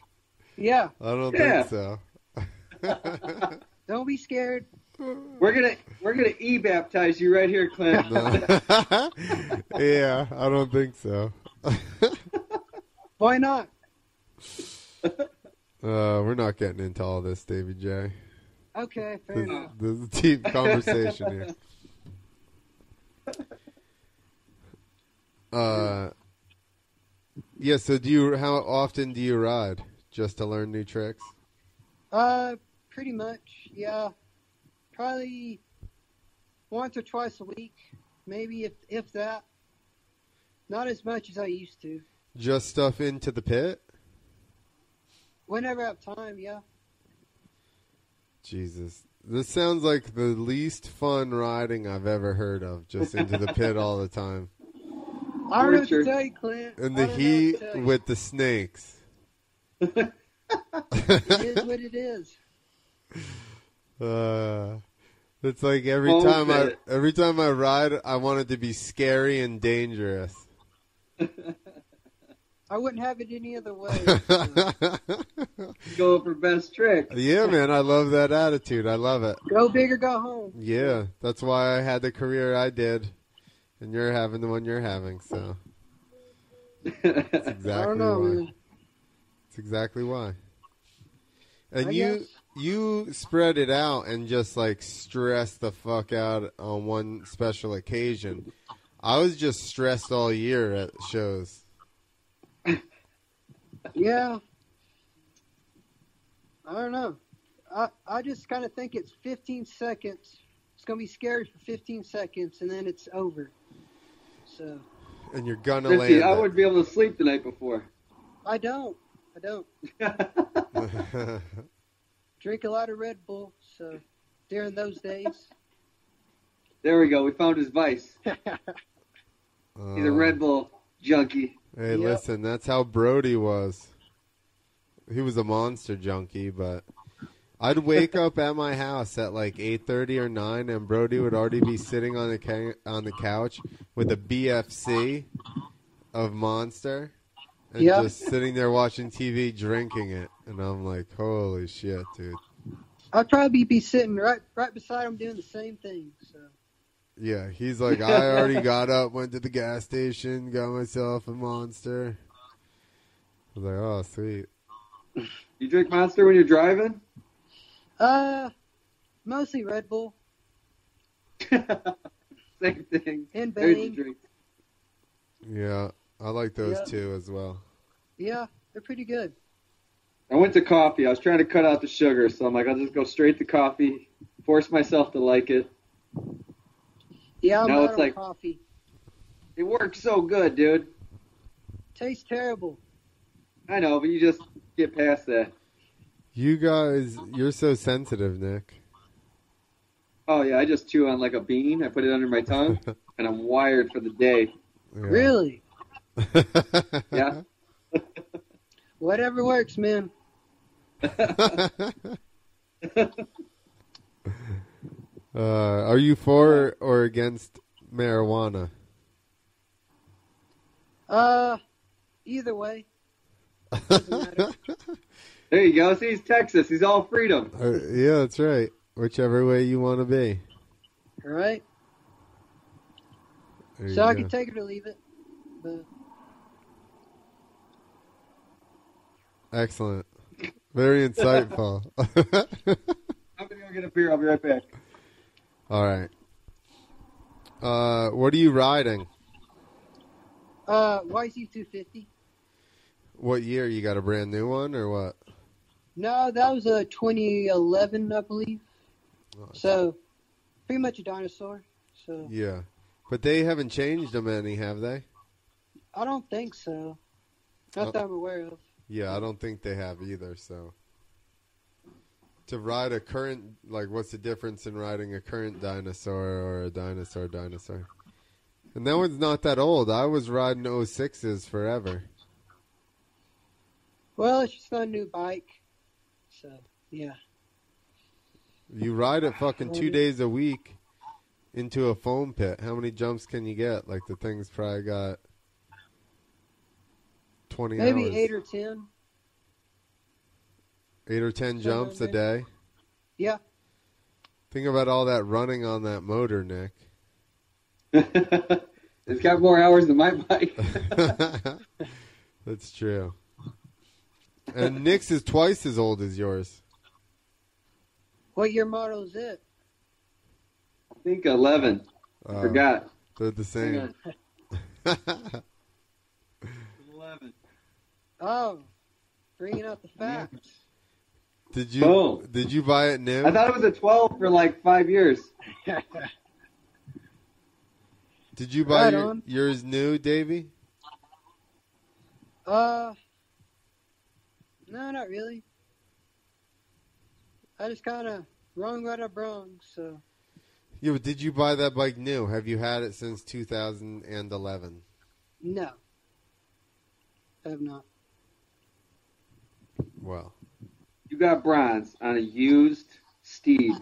Yeah, I don't Yeah. think so. don't be scared. We're gonna we're gonna e baptize you right here, Clint. No. yeah, I don't think so. Why not? Uh, we're not getting into all this, David J. Okay, fair This, enough. this is a deep conversation here. Uh, yeah. So, do you? How often do you ride just to learn new tricks? Uh, pretty much, yeah. Probably once or twice a week, maybe if if that. Not as much as I used to. Just stuff into the pit? Whenever I have time, yeah. Jesus, this sounds like the least fun riding I've ever heard of. Just into the pit all the time, I don't know what to Richard. tell you, Clint. and I the don't know heat what to tell you. with the snakes. it is what it is. Uh, it's like every Oh, time I man. every time I ride, I want it to be scary and dangerous. I wouldn't have it any other way. yeah, go for best trick. man, I love that attitude. I love it. go big or go home. Yeah, that's why I had the career I did, and you're having the one you're having. So that's exactly I don't know, why. man. That's exactly why. And I you guess. you spread it out and just like stress the fuck out on one special occasion. I was just stressed all year at shows. Yeah. I don't know. I, I just kind of think it's 15 seconds. It's going to be scary for 15 seconds, and then it's over. So, and you're gonna Richie, land. I it. wouldn't be able to sleep the night before. I don't. I don't drink a lot of Red Bull. So during those days, there we go. We found his vice. Uh, He's a Red Bull junkie. Hey, Yep. listen, that's how Brody was. He was a monster junkie, but I'd wake up at my house at like eight thirty or nine, and Brody would already be sitting on the ca- on the couch with a BFC of Monster, and Yep. just sitting there watching TV, drinking it, and I'm like, "Holy shit, dude!" I'd probably be sitting right right beside him doing the same thing. So Yeah, he's like, "I already got up, went to the gas station, got myself a Monster." I was like, "Oh, sweet." You drink Monster when you're driving? uh, mostly Red Bull Same thing. and There's your Bang. drink. Yeah, I like those Yeah. two as well. Yeah, they're pretty good. I went to coffee. I was trying to cut out the sugar, so I'm like, I'll just go straight to coffee. Force myself to like it. Yeah, I'm Now out it's on like- coffee. It works so good, dude. Tastes terrible. I know, but you just get past that. You guys, you're so sensitive, Nick. Oh yeah, I just chew on like a bean. I put it under my tongue, and I'm wired for the day. Yeah. Really, Yeah. whatever works, man. uh, are you for or against marijuana? Uh, either way, Doesn't matter. There you go. See, he's Texas. He's all freedom. Uh, yeah, that's right. Whichever way you want to be. all right. There you So I go. can take it or leave it. But Excellent. Very insightful. I'm gonna go get a beer. I'll be right back. All right. Uh, what are you riding? uh, YZ250. What year? You got a brand new one or what? No, that was a 2011, I believe. Oh, it's- So pretty much a dinosaur. So yeah. But they haven't changed them any, have they? I don't think so. Not Uh, that I'm aware of. Yeah, I don't think they have either. So to ride a current, like, what's the difference in riding a current dinosaur or a dinosaur dinosaur? And that one's not that old. I was riding 06s forever. Well, it's just not a new bike. So yeah, You ride it fucking two days a week into a foam pit. How many jumps can you get? Like the thing's probably got twenty maybe hours, eight or ten. eight or ten somewhere in jumps a there. day. Yeah. Think about all that running on that motor, Nick. it's got more hours than my bike. That's true. And Nick's is twice as old as yours. What year model is it? I think 11. Uh, Forgot. They're the Hang same. on. 11. Oh, bringing out the facts. did you Boom. did you buy it new? I thought it was a 12 for like five years. did you buy Right your- on. yours new, Davy? Uh, no, not really. I just kind of wrong right up wrong. So Yeah, but did you buy that bike new? Have you had it since 2011? no, I have not. Well, You got bronze on a used steed.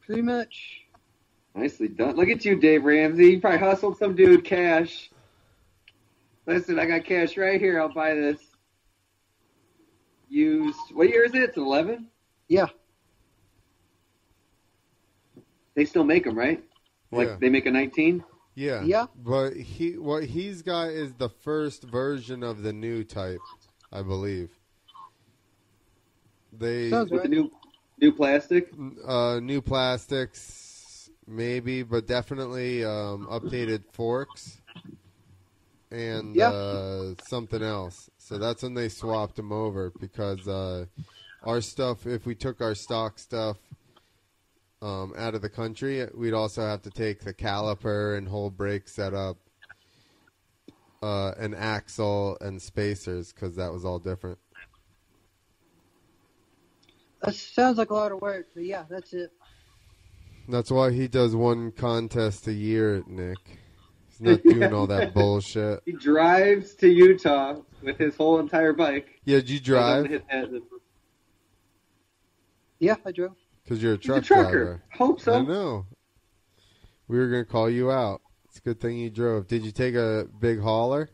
Pretty much. Nicely done. Look at you, Dave Ramsey. You probably hustled some dude cash. Listen, I got cash right here. I'll buy this. Used. What year is it? It's 11? Yeah. They still make them, right? Like Yeah. they make a 19? yeah, Yeah. But he what he's got is the first version of the new type, I believe. They Sounds With the Right. new new plastic? uh, new plastics, maybe, but definitely um, updated forks and Yeah. uh, something else. So that's when they swapped them over because uh, our stuff, if we took our stock stuff um, out of the country, we'd also have to take the caliper and whole brake setup uh, an axle and spacers because that was all different. That sounds like a lot of work, but yeah, that's it. That's why he does one contest a year, Nick. He's not doing all that bullshit. He drives to Utah with his whole entire bike. Yeah, did you drive? Hit that- Yeah, I drove. Because you're a He's a truck trucker. driver. Hope I so. know. We were gonna call you out. It's a good thing you drove. Did you take a big hauler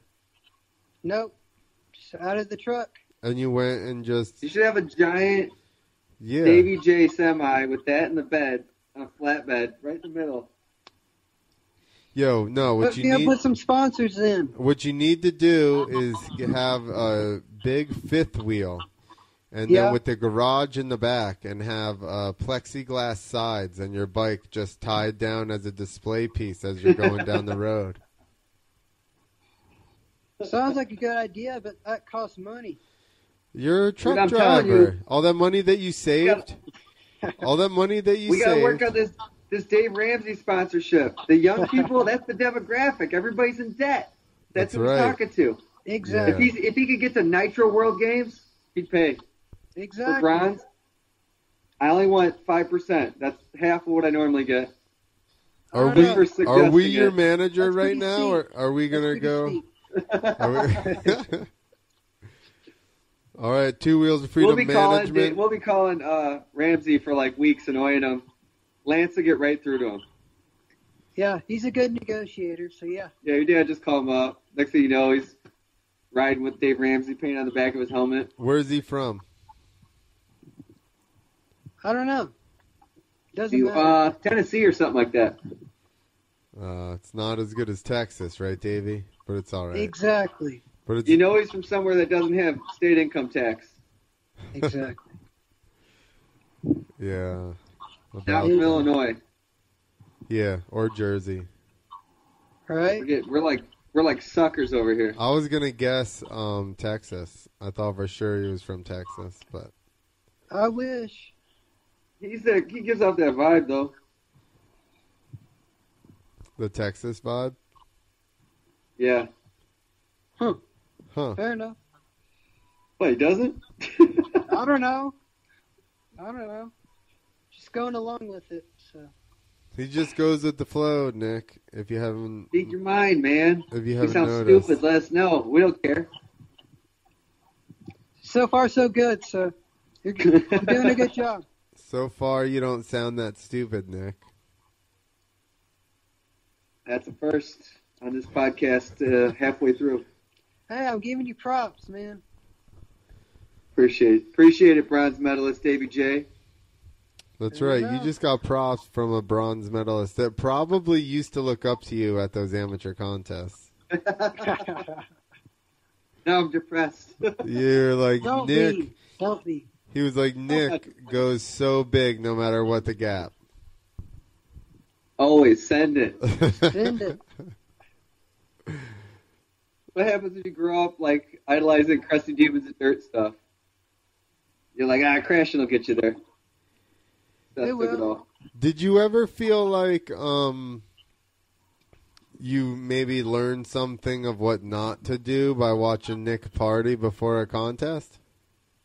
Nope. Just out of the truck. and you went and just You should have a giant yeah? Davy J semi with that in the bed on a flatbed right in the middle. Yo, no. What Put me you up need? with some sponsors then. What you need to do is have a big fifth wheel, and Yeah. then with the garage in the back, and have uh, plexiglass sides, and your bike just tied down as a display piece as you're going down the road. Sounds like a good idea, but that costs money. You're a truck I'm telling driver. All that money that you saved, all that money that you we gotta saved. work on this this Dave Ramsey sponsorship. The young people, that's the demographic. Everybody's in debt. That's, That's who right. he's talking to. Exactly. If he's if he could get to Nitro World Games, he'd pay Exactly. for bronze. I only want five percent. That's half of what I normally get. are I we don't know. For are we suggesting your it. manager That's right pretty now, steep. or are we That's gonna pretty go? steep. Are we- all right, two wheels of freedom We'll be calling management. Dave, we'll be calling uh, Ramsey for like weeks, annoying him. Lance will get right through to him. Yeah, he's a good negotiator, so yeah. Yeah, your dad just called him up. Next thing you know, he's riding with Dave Ramsey, paint on the back of his helmet. Where's he from? I don't know. Doesn't You, matter. uh, Tennessee or something like that. Uh, it's not as good as Texas, right, Davey? But it's all right. Exactly. but it's You know he's from somewhere that doesn't have state income tax. Exactly. yeah, Not about, from Illinois. yeah, or Jersey. All right. Forget, we're like we're like suckers over here. I was gonna guess um, Texas. I thought for sure he was from Texas, but I wish. He's the, he gives off that vibe though. the Texas vibe, Yeah. huh? Fair enough. But he doesn't. I don't know. I don't know. Just going along with it. So He just goes with the flow, Nick. If you haven't, Speak your mind, man. if you You haven't sound noticed, stupid. Let us know. We don't care. so far so good. So you're, you're doing a good job. so far you don't sound that stupid, Nick. That's a first on this podcast. Uh, halfway through. Hey, I'm giving you props, man. Appreciate it. Appreciate it, bronze medalist Davy J. That's There right. you You go. just got props from a bronze medalist that probably used to look up to you at those amateur contests. Now I'm depressed. You're like Don't Nick. be. Don't be. He was like Nick goes so big no matter what the gap. Always send it. Send it. What happens if you grow up like idolizing crusty demons and dirt stuff? You're like, ah, crashing will get you there. That It took will. it all. Did you ever feel like um you maybe learned something of what not to do by watching Nick party before a contest?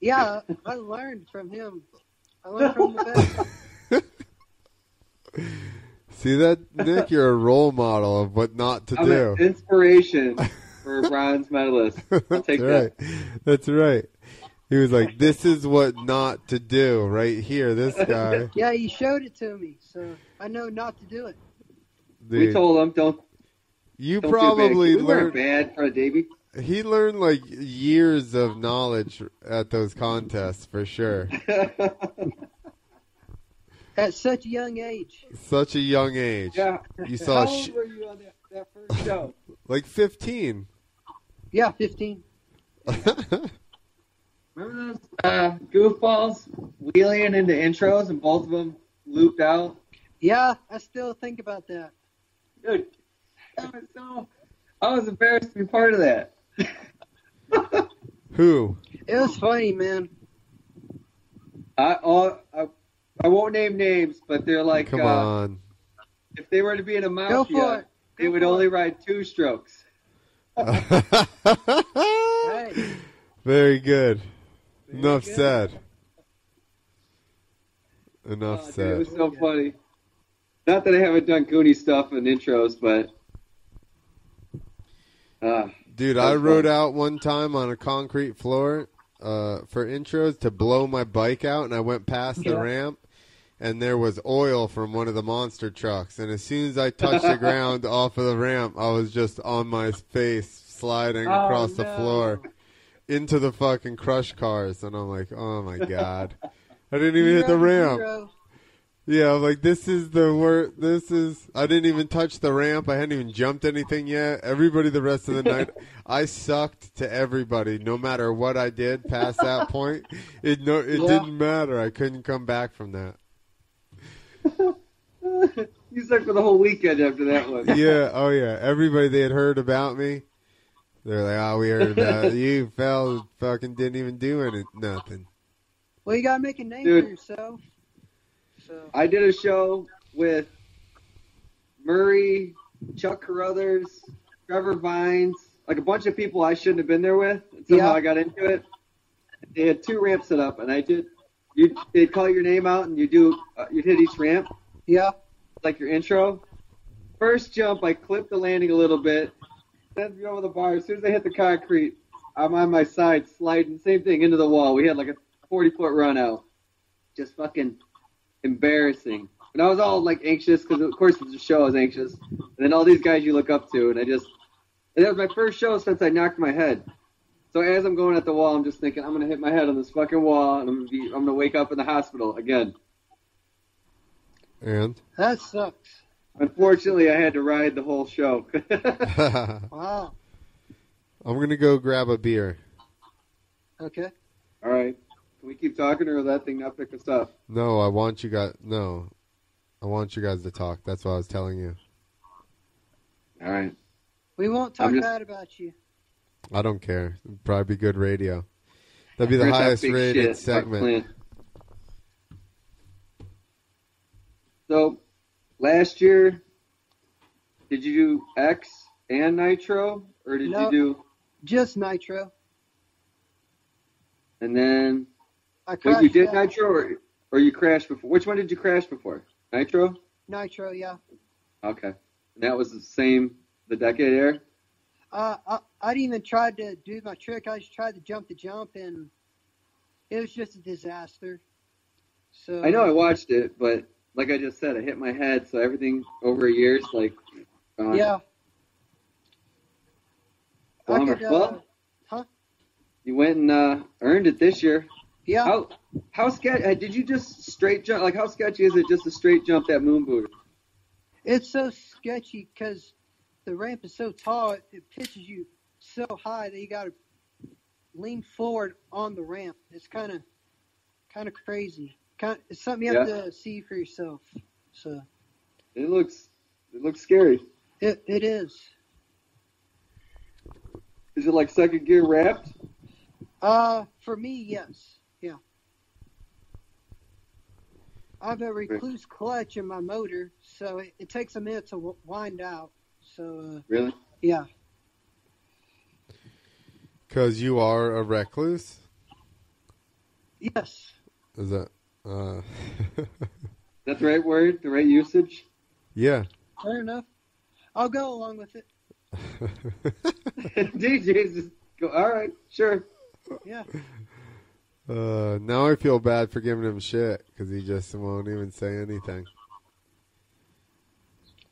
Yeah, I learned from him. I learned from the best. See that Nick, you're a role model of what not to I'm do. an inspiration for a bronze medalist. I'll That's take right. that. That's right. He was like, "This is what not to do right here." This guy, Yeah, he showed it to me, so I know not to do it. We dude. told him don't. you don't probably do bad. We weren't learned bad for a Davy. He learned like years of knowledge at those contests for sure. At such a young age. Such a young age. yeah. You How saw old sh- were you on that, that first show? like 15. Yeah, 15. Remember those uh, goofballs wheeling into intros and both of them looped out? Yeah, I still think about that. Dude, that was so. I was embarrassed to be part of that. Who? It was funny, man. I, all, I, I won't name names, but they're like, Come uh, on. if they were to be in a Go for mafia, it. they would Go for only ride two strokes. Hey. Very good. Very Enough good. said. Enough Oh, dude, it said. was so funny. Not that I haven't done Goonie stuff and intros, but uh, Dude, that I was rode fun. out one time on a concrete floor uh, for intros to blow my bike out, and I went past the Yeah. ramp, and there was oil from one of the monster trucks. And as soon as I touched the ground off of the ramp, I was just on my face, sliding Oh, across the no. floor into the fucking crush cars. And I'm like, oh my God. I didn't even hit the ramp. Zero. Yeah, I'm like this is the wor This is. I didn't even touch the ramp. I hadn't even jumped anything yet. Everybody, the rest of the night, I sucked to everybody. No matter what I did past that point, it no, it Yeah. didn't matter. I couldn't come back from that. you sucked for the whole weekend after that one. Yeah. Oh yeah. Everybody they had heard about me. They're like, oh, we heard about you, fell, fucking didn't even do any nothing. Well, you gotta make a name Dude. for yourself. So I did a show with Murray, Chuck Carruthers, Trevor Vines, like a bunch of people I shouldn't have been there with. And somehow Yeah. I got into it. They had two ramps set up, and I did. You, they'd call your name out, and you do. Uh, you'd hit each ramp. yeah, like your intro. First jump, I clipped the landing a little bit, sent me over the bar. As soon as I hit the concrete, I'm on my side, sliding. Same thing into the wall. We had like a 40 foot run out. Just fucking embarrassing. And I was all like anxious because of course it's a show. I was anxious. And then all these guys you look up to, and I just and that was my first show since I knocked my head. So as I'm going at the wall, I'm just thinking I'm gonna hit my head on this fucking wall, and I'm gonna be I'm gonna wake up in the hospital again. And that sucks. Unfortunately, I had to ride the whole show. I'm Wow. gonna go grab a beer. Okay. All right. Can we keep talking or will that thing not pick us up? No, I want you guys. No, I want you guys to talk. That's what I was telling you. All right. We won't talk I'm just- bad about you. I don't care. It'd probably be good radio. That'd be the We're gonna talk highest big rated shit. Fuck segment. Clint. So, last year, did you do X and Nitro? Or did No. you do. Just Nitro. And then. I Wait, crashed you did that. Nitro or, or you crashed before? Which one did you crash before? Nitro? Nitro, yeah. Okay. And that was the same, the decade air? Uh, I I didn't even try to do my trick. I just tried to jump the jump, and it was just a disaster. So I know I watched it, but like I just said, I hit my head, so everything over a year is like gone. Yeah. I Bummer. could, uh, well, huh? You went and uh, earned it this year. yeah. How how sketchy? Did you just straight jump? Like how sketchy is it just to straight jump that moon booter? It's so sketchy because the ramp is so tall, it, it pitches you so high that you got to lean forward on the ramp. It's kind of kind of crazy. Kind it's something you have to see for yourself. So It looks it looks scary. it it is. Is it like second gear wrapped? Uh, for me, yes, yeah. I have a recluse clutch in my motor, so it, it takes a minute to w- wind out. So uh, Really? yeah, Because you are a recluse. yes, Is that? Uh, Is that the right word? The right usage? yeah. fair enough. I'll go along with it. DJs just go. All right, sure. Yeah. uh, now I feel bad for giving him shit because he just won't even say anything.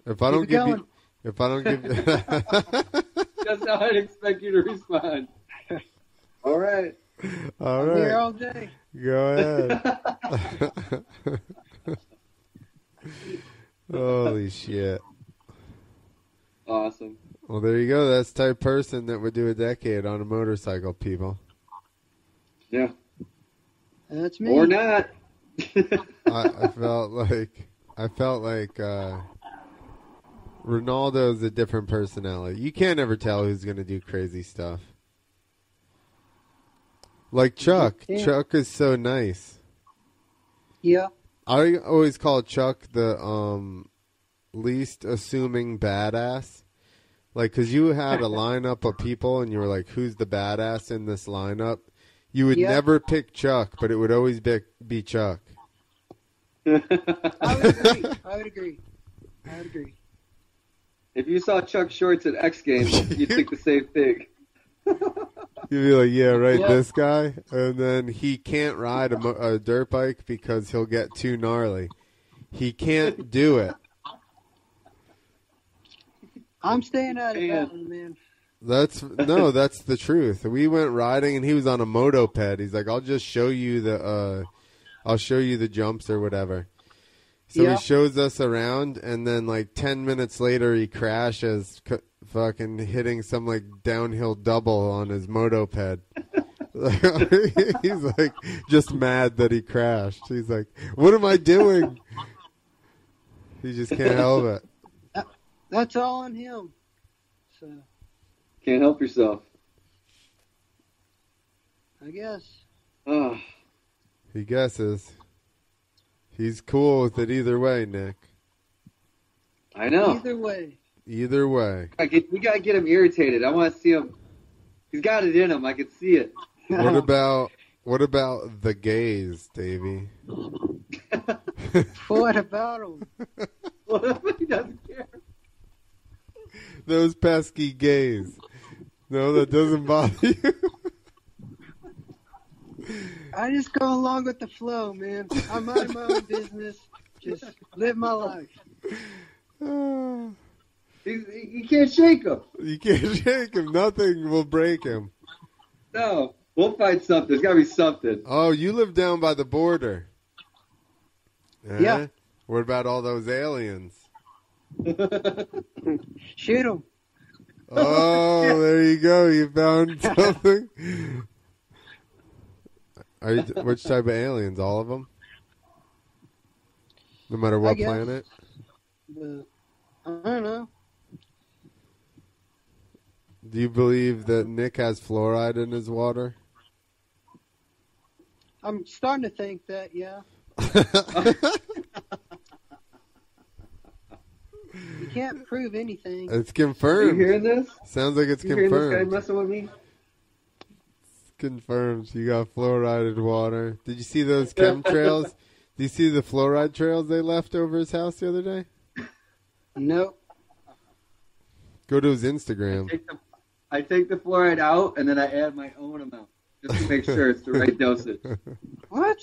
If I Keep don't it give you, going. if I don't give, you That's how I'd expect you to respond. All right. all I'm here right, all day. go ahead. Holy shit. awesome. Well, there you go. That's the type of person that would do a decade on a motorcycle, people. Yeah. That's me. Or not. I, I felt like I felt like uh, Ronaldo's a different personality. You can't ever tell who's going to do crazy stuff. Like Chuck. Yeah. Chuck is so nice. Yeah. I always call Chuck the um, least assuming badass Like, because you had a lineup of people, and you were like, "Who's the badass in this lineup?" You would Yeah. never pick Chuck, but it would always be, be Chuck. I would agree. I would agree. I would agree. if you saw Chuck Shorts at X Games, you'd think the same thing. You'd be like, "Yeah, right, Yeah. this guy," and then he can't ride a, mo- a dirt bike because he'll get too gnarly. He can't do it. I'm staying out of Yeah. that one, man. That's no, that's the truth. We went riding and he was on a motoped. He's like, I'll just show you the uh I'll show you the jumps or whatever. So Yeah. he shows us around and then like 10 minutes later he crashes c- fucking hitting some like downhill double on his motoped. He's like just mad that he crashed. He's like, "What am I doing?" He just can't help it. That's all on him. So Can't help yourself. I guess. Oh, He guesses. He's cool with it either way, Nick. I know. Either way, Either way. I get, we gotta get him irritated. I want to see him. He's got it in him. I can see it. What about what about the gays, Davy? what about him? he doesn't care. Those pesky gays. No, that doesn't bother you. I just go along with the flow, man. I'm out of my own business. Just live my life. Ah, He's, he- you can't shake him. you can't shake him. Nothing will break him. No, we'll find something. There's gotta be something. Oh, you live down by the border. Eh? Yeah. What about all those aliens? Shoot him. Oh, there you go. You found something. Are you, which type of aliens? All of them? No matter what guess. planet? But, I don't know. Do you believe that Nick has fluoride in his water? I'm starting to think that, yeah. You can't prove anything. it's Are you confirmed. hearing this? Sounds like it's You hearing this guy confirmed. messing with me? confirmed. You got fluoridated water. Did you see those chemtrails? Do you see the fluoride trails they left over his house the other day? Nope. Go to his Instagram. Take the, I take the fluoride out and then I add my own amount just to make sure it's the right dosage. What?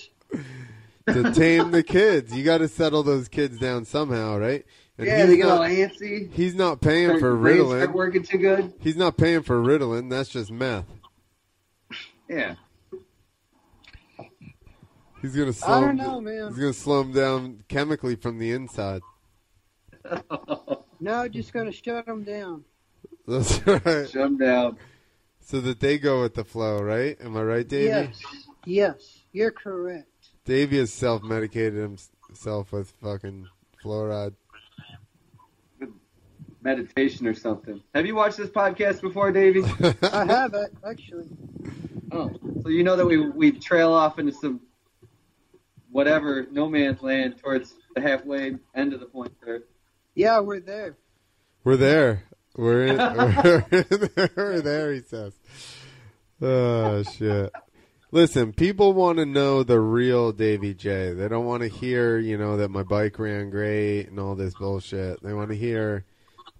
to tame the kids. You got to settle those kids down somehow, right? And yeah, he's, they get all not, antsy. he's not paying Their for brains Start Ritalin. working too good. He's not paying for Ritalin. That's just meth. Yeah. He's gonna slow. I him- don't know, He's man. gonna slow him down chemically from the inside. No, just going to shut him down. That's right. Shut them down. So that they go with the flow, right? Am I right, Davey? Yes. Yes. You're correct. Davey has self-medicated himself with fucking fluoride. Meditation or something. Have you watched this podcast before, Davey? I have it, actually. Oh, so you know that we we trail off into some whatever no man's land towards the halfway end of the point there. Yeah, we're there. We're there. We're in, we're, in there, we're there, he says. Oh, shit. Listen, people want to know the real Davy J. They don't want to hear, you know, that my bike ran great and all this bullshit. They want to hear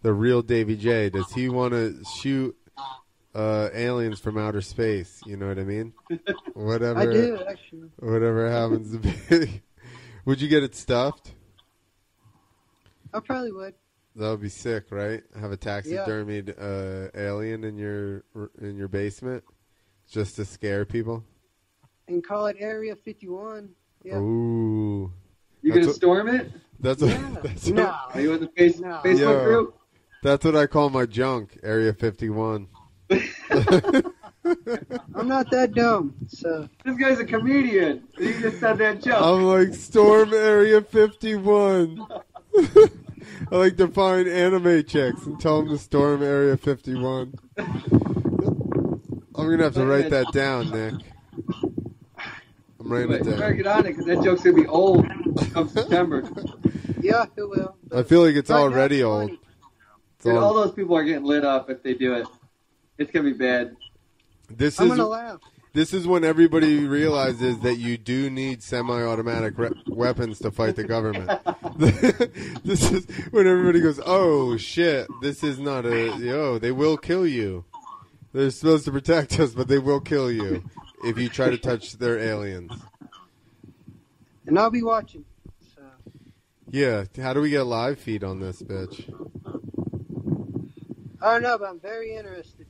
the real Davy J. Does he want to shoot uh, aliens from outer space? You know what I mean? Whatever, I do, actually. whatever happens to be. Would you get it stuffed? I probably would. That would be sick, right? Have a taxidermied uh, alien in your in your basement just to scare people. And call it Area 51. Yeah. Ooh, You That's gonna what- storm it? that's what, Yeah. that's, No. what Are you in the face, No. Facebook Yeah. group? that's what I call my junk Area Fifty One. I'm not that dumb, so. This guy's a comedian. He just said that joke. I'm like Storm Area Fifty One. I like to find anime chicks and tell them to storm Area Fifty One. I'm gonna have to write that down, Nick. I'm writing Wait, it you better down. get on it because that joke's gonna be old come September. Yeah, it will. I feel like it's Right now, already it's old. funny. Dude, all- all those people are getting lit up if they do it. It's gonna be bad. This I'm is gonna laugh. this is when everybody realizes that you do need semi-automatic re- weapons to fight the government. this is when everybody goes, "Oh shit, this is not a yo. They will kill you. They're supposed to protect us, but they will kill you if you try to touch their aliens." And I'll be watching. So Yeah, how do we get live feed on this bitch? I don't know, but I'm very interested.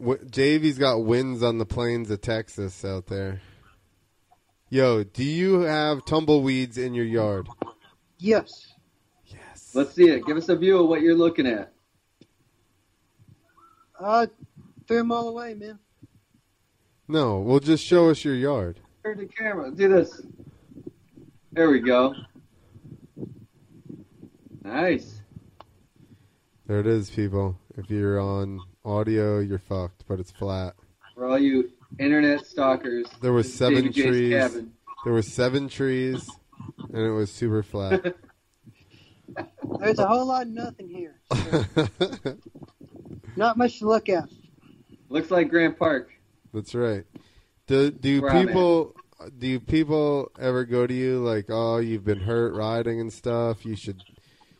W- Javey's got winds on the plains of Texas out there. Yo, do you have tumbleweeds in your yard? Yes. Yes. Let's see it. Give us a view of what you're looking at. I threw them all away, man. No, well, just show us your yard. Turn the camera. Do this. There we go. Nice. There it is, people. If you're on audio, you're fucked, but it's flat. For all you internet stalkers. There were this is seven David J's trees. cabin. There were seven trees, and it was super flat. There's a whole lot of nothing here. so not much to look at. Looks like Grand Park. That's right. Do do Where I'm people do people ever go to you like, oh, you've been hurt riding and stuff? You should,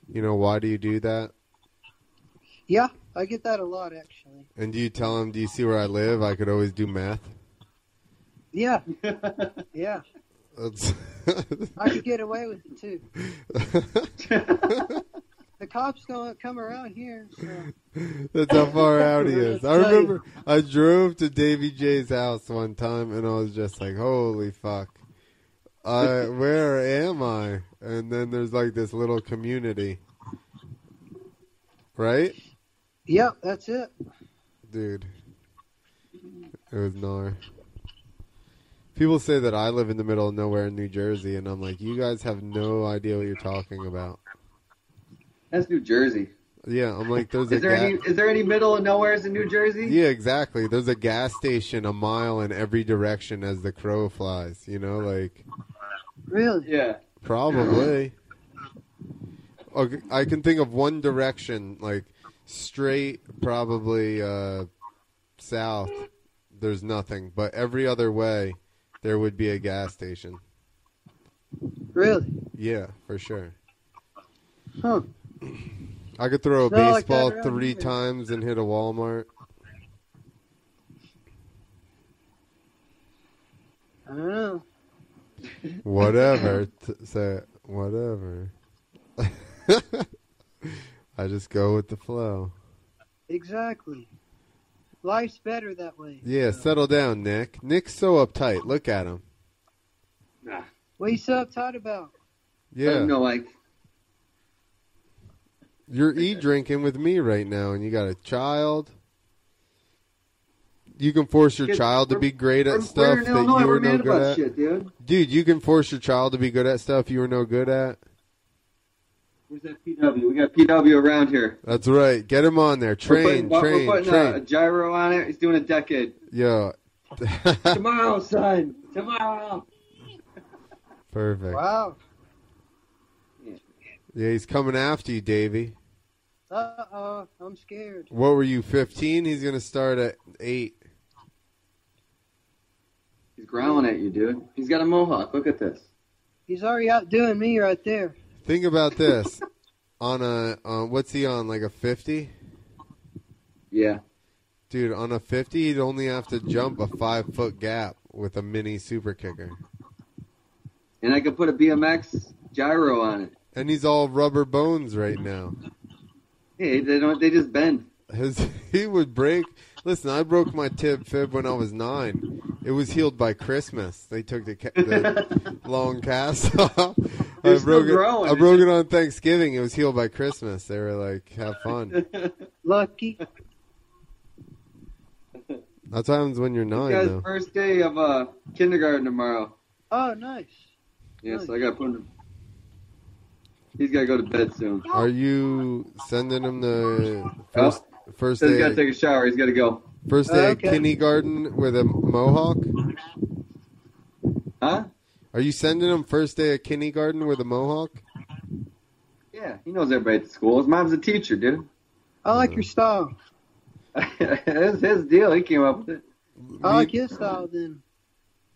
you know, why do you do that? Yeah, I get that a lot actually. And do you tell them, do you see where I live? I could always do math. Yeah, That's yeah. That's I could get away with it too. The cops don't come around here. So. That's how far out he is. I Tell you. remember I drove to Davy J's house one time, and I was just like, "Holy fuck, I, where am I?" And then there's like this little community, right, Yep, that's it. dude? It was gnar. People say that I live in the middle of nowhere in New Jersey, and I'm like, "You guys have no idea what you're talking about." New Jersey. Yeah, I'm like, "There's a Is there gap. any is there any middle of nowheres in New Jersey? Yeah, exactly. There's a gas station a mile in every direction as the crow flies. You know, like Really? Yeah. probably. Okay, I can think of one direction, like straight, probably uh, south. There's nothing, but every other way, there would be a gas station. Really? Yeah, for sure. Huh? I could throw a No, like that baseball around three here. times and hit a Walmart. I don't know. whatever. T- so whatever. I just go with the flow. Exactly. Life's better that way. Yeah, So. settle down, Nick. Nick's so uptight. Look at him. Nah. What you so uptight about? Yeah, No, like you're e drinking with me right now, and you got a child. You can force your Kid, child to we're- be great we're, at stuff we're in that Illinois. you we're were no mad good about at, shit, dude. dude. You can force your child to be good at stuff you were no good at. Where's that PW? We got PW around here. That's right. Get him on there. We're Train, putting- we're train, putting uh, a- A, train. gyro on it. He's doing a decade. Yeah. Tomorrow, son. Tomorrow. Perfect. Wow. Yeah, he's coming after you, Davey. Uh oh, I'm scared. What were you, 15? He's going to start at 8. He's growling at you, dude. He's got a mohawk. Look at this. He's already outdoing me right there. Think about this. on a, on, what's he on, like a 50? Yeah. Dude, on a 50, he'd only have to jump a 5 foot gap with a mini super kicker. And I could put a BMX gyro on it. And he's all rubber bones right now. Hey, they don't. They just bend. His, he would break. Listen, I broke my tib fib when I was nine. It was healed by Christmas. They took the, ca- the long cast off. I You're still broke, it, growing. I broke it on Thanksgiving. It was healed by Christmas. They were like, have fun. This Lucky. That's what happens when you're nine, guy's though. first day of uh, kindergarten tomorrow. Oh, nice. Yeah, so I gotta put him. He's gotta go to bed soon. Are you sending him the Oh, first first so he's gotta day take a shower. He's gotta go. first day Okay. at kindergarten with a mohawk? Huh? Are you sending him first day at kindergarten with a mohawk? Yeah, he knows everybody at the school. His mom's a teacher, dude. I like your style. it's his deal. He came up with it. I Uh, like his style then.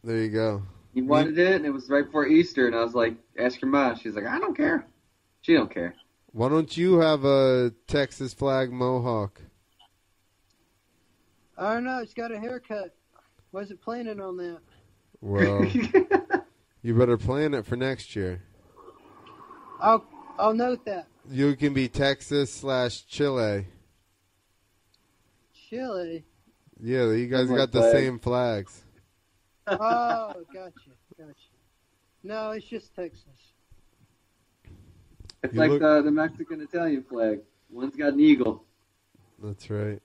There you go. He wanted it, and it was right before Easter. And I was like, "Ask your mom." She's like, "I don't care." She don't care. Why don't you have a Texas flag mohawk? I don't know. He's got a haircut. Wasn't planning on that. Well, you better plan it for next year. I'll I'll note that. You can be Texas slash Chile. Chili. Yeah, you guys Different got the flag. same flags. Oh, gotcha, gotcha. No, it's just Texas. it's You like look- the, the Mexican Italian flag. One's got an eagle. That's right.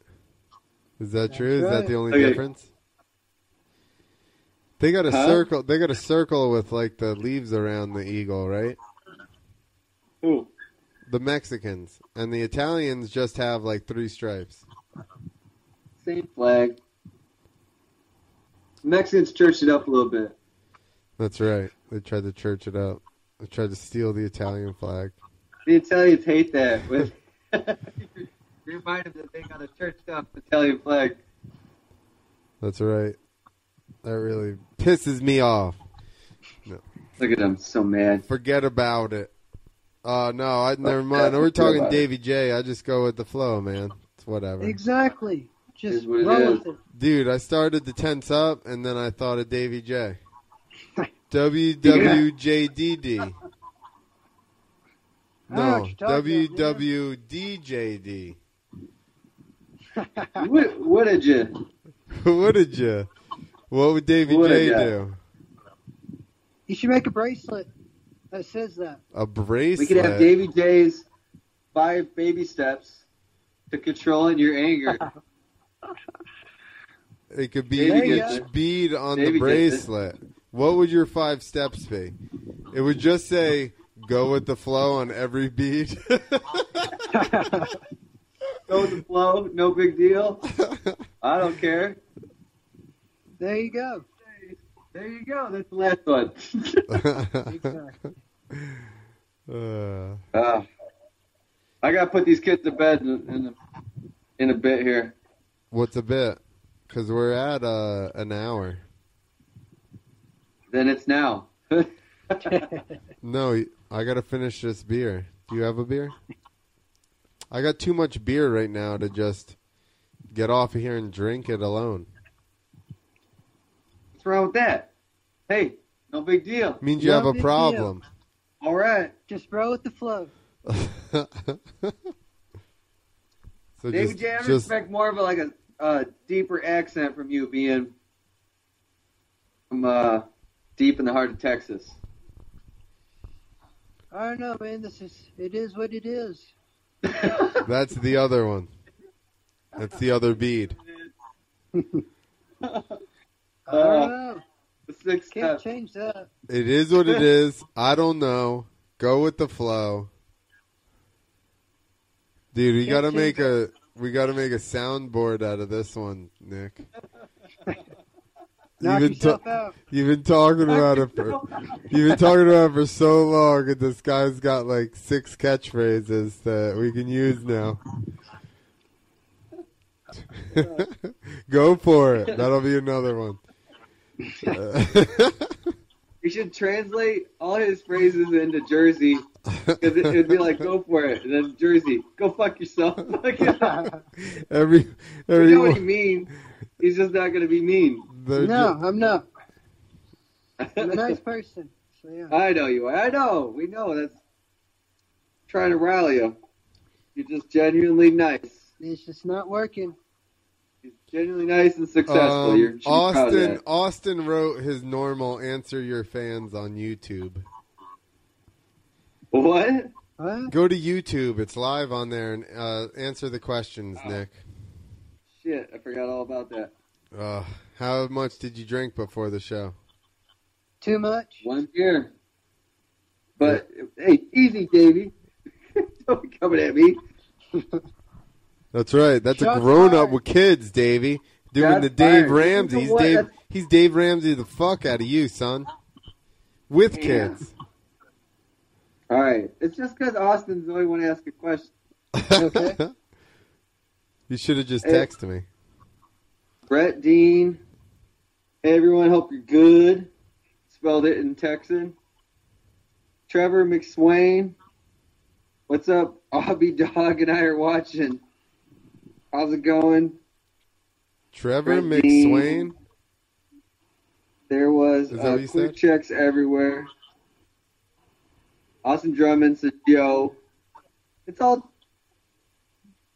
Is that That's true? Is that right. the only Okay. difference? They got a Huh? circle. They got a circle with like the leaves around the eagle, right? Who? The Mexicans and the Italians just have like three stripes. Same flag. Mexicans churched it up a little bit. That's right. They tried to church it up. They tried to steal the Italian flag. The Italians hate that. With remind them that they got a churched up Italian flag. That's right. That really pisses me off. Look at them, so mad. Forget about it. Uh no, I never Forget mind. We're talking about it. Davy J. I just go with the flow, man. It's whatever. Exactly. Just Is what it roll is. with it. Dude, I started to tense up and then I thought of Davy J. WWJDD. I Ah, know No, what you're talking about, man. WWDJD. What, what did you? what did you? What would Davy What J did ya? do? You should make a bracelet that says that. A bracelet. We could have Davy J's five baby steps to controlling your anger. It could be Davey each gets bead on Davey the gets bracelet. What would your five steps be? It would just say go with the flow on every bead. Go with the flow, no big deal. I don't care. There you go. There you go. That's the last one. Exactly. Uh, uh, I gotta put these kids to bed in, in, a, in a bit here. what's a bit? Because we're at uh, an hour. Then it's now. No, I gotta finish this beer. Do you have a beer? I got too much beer right now to just get off of here and drink it alone. What's wrong with that? Hey, no big deal. Means you No have a big deal. problem. All right. Just roll with the flow. so just, David J, I would just expect more of a, like a uh, deeper accent from you being from uh, deep in the heart of Texas. I don't know, man. This is it is what it is. that's the other one. That's the other bead. I don't Uh, know. the six Can't steps. change that. It is what it is. I don't know. Go with the flow. Dude, we Can't gotta change make a we gotta make a soundboard out of this one, Nick. You've Knock been, ta- yourself out. you've been talking about it for you've been talking about it for so long, and this guy's got like six catchphrases that we can use now. Go for it. That'll be another one. You should translate all his phrases into Jersey because it would be like, "Go for it," and then Jersey, "Go fuck yourself." like, you know every what he everyone. means. He's just not gonna be mean. they're No, I'm not. I'm a nice I person. So yeah. know you. are. I know. We know that's trying to rally him. You're just genuinely nice. It's just not working. He's genuinely nice and ju- successful. um, You're should be proud of Austin that. Austin wrote his normal answer your fans on YouTube. What? What? Go to YouTube. It's live on there and uh, answer the questions, Nick. Shit, I forgot all about that. Uh, how much did you drink before the show? Too much? One beer. But hey, easy, Davey. Don't be coming at me. That's right. That's a Shots grown up fired. with kids, Davey. Doing Shots the Dave fired. Ramsey. You He's know what? Dave. That's- He's Dave Ramsey the fuck out of you, son. With Yeah. kids. All right. It's just because Austin's the only one to ask a question. Okay. You should have just Hey. texted me. Brett Dean. Hey everyone, hope you're good. Spelled it in Texan. Trevor McSwain. What's up? Obby Dog and I are watching. How's it going? Trevor Brett Dean. McSwain. There was Is that uh, what you quick said? checks everywhere. Austin Drummond said, "Yo, it's all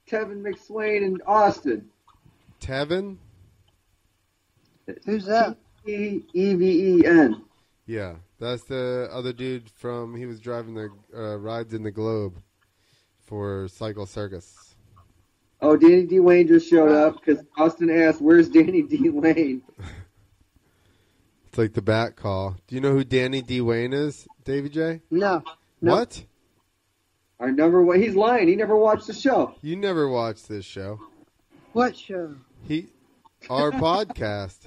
Kevin McSwain and Austin." Tevin? Who's that? E E V E N. Yeah, that's the other dude from. He was driving the uh, rides in the Globe for Cycle Circus. Oh, Danny D. Wayne just showed up because Austin asked, "Where's Danny D. Wayne?" It's like the bat call. Do you know who Danny D. Wayne is, Davy J? No. No. What? Our number one. He's lying. He never watched the show. You never watched this show. What show? He, our podcast.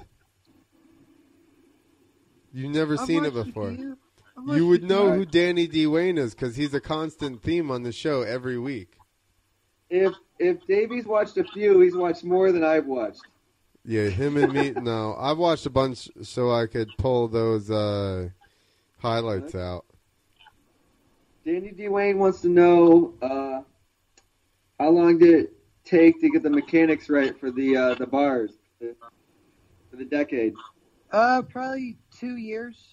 You've never I've seen it watched before. few. I've watched You would a know few. who Danny D. Wayne is because he's a constant theme on the show every week. If if Davies watched a few, he's watched more than I've watched. Yeah, him and me. no, I've watched a bunch so I could pull those uh, highlights out. Danny D. Wayne wants to know uh, how long did it take to get the mechanics right for the uh, the bars the- for the decade. Uh, probably two years.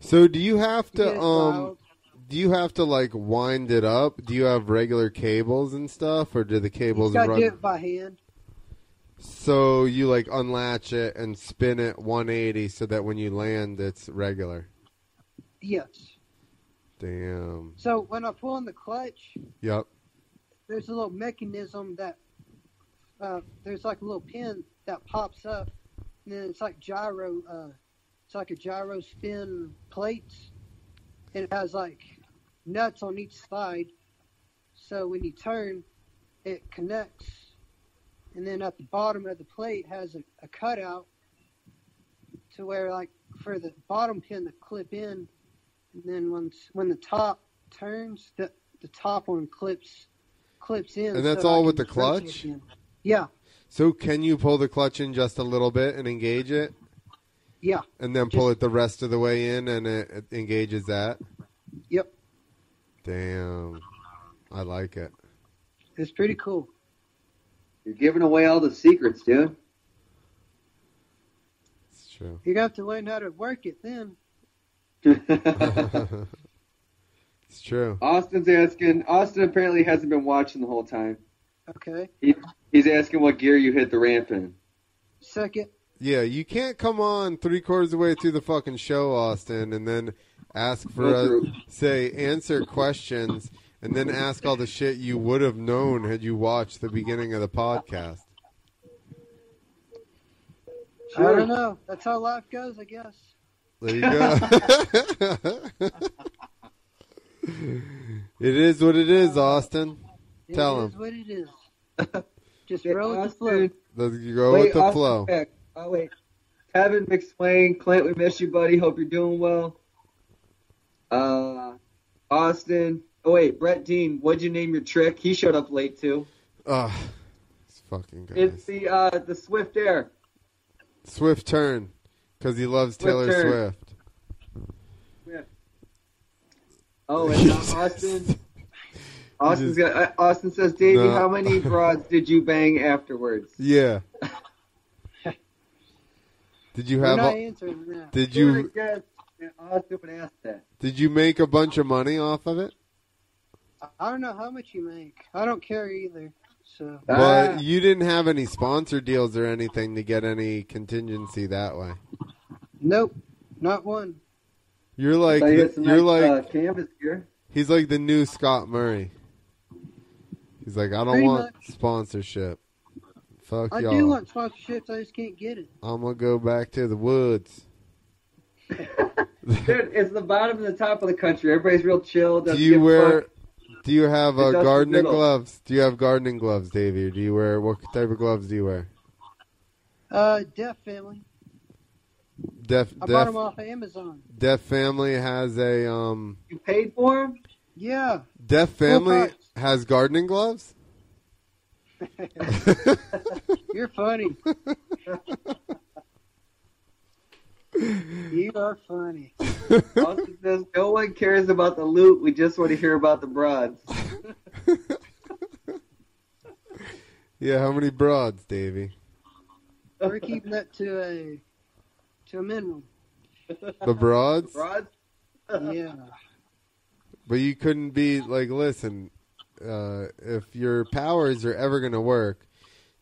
So do you have Get to it um dialed. do you have to like wind it up? Do you have regular cables and stuff or do the cables Gotta run do it by hand. so you like unlatch it and spin it 180 so that when you land it's regular? Yes. Damn. So when I pull in the clutch, Yep. there's a little mechanism that uh, there's like a little pin that pops up, and then it's like gyro. Uh, it's like a gyro spin plates, and it has like nuts on each side. So when you turn, it connects, and then at the bottom of the plate has a, a cutout to where like for the bottom pin to clip in, and then once when the top turns, the the top one clips clips in. And that's so I all can with the press it clutch? again. Yeah, So can you pull the clutch in just a little bit and engage it yeah, and then pull it the rest of the way in and it, it engages that? yep. Damn. I like it. It's pretty cool. You're giving away all the secrets, dude. It's true. You have to learn how to work it then. it's true. Austin's asking. Austin apparently hasn't been watching the whole time. Okay. He's asking what gear you hit the ramp in. Second. Yeah, you can't come on three quarters of the way through the fucking show, Austin, and then ask for uh, Go us, through. say, answer questions, and then ask all the shit you would have known had you watched the beginning of the podcast. I don't know. That's how life goes, I guess. There you go. it is what it is, Austin. It Tell 'em. is what it is. Just Yeah, roll with the Austin. flow. Let's go Wait, with the Austin flow. Peck. Oh wait, Kevin McSwain, Clint, we miss you, buddy. Hope you're doing well. Uh, Austin. Oh wait, Brett Dean. What'd you name your trick? He showed up late too. Ugh, these Ah, fucking It's guys. the uh the Swift Air. Swift turn, because he loves Swift Taylor turn. Swift. Oh, and uh, Austin. Austin's got, uh, Austin says, Davey, No. how many broads did you bang afterwards? Yeah. Did you We're have? not a- answering that. Did Who you would've guessed that Austin would ask that. Did you make a bunch of money off of it? I don't know how much you make. I don't care either. So Ah. But you didn't have any sponsor deals or anything to get any contingency that way. nope, not one. You're like So you got some you're nice, like uh, canvas here. he's like the new Scott Murray. He's like I don't Pretty want sponsorship. Fuck I y'all. do want sponsorships. I just can't get it. I'm gonna go back to the woods. Dude, it's the bottom and the top of the country. Everybody's real chill. do doesn't you give a wear? fuck. Do you have It uh, doesn't gardening fiddle. gloves? Do you have gardening gloves, Davey? Or do you wear what type of gloves do you wear? Uh, Deaf Family. Deaf I bought Deaf, them off of Amazon. Deaf family has a um. You paid for him? Yeah. Deaf family price. has gardening gloves. You're funny. you are funny. Austin says no one cares about the loot. We just want to hear about the broads. yeah, how many broads, Davey? We're keeping that to a to a minimum. The broads? Broads. Yeah. But you couldn't be like, listen, uh, if your powers are ever going to work,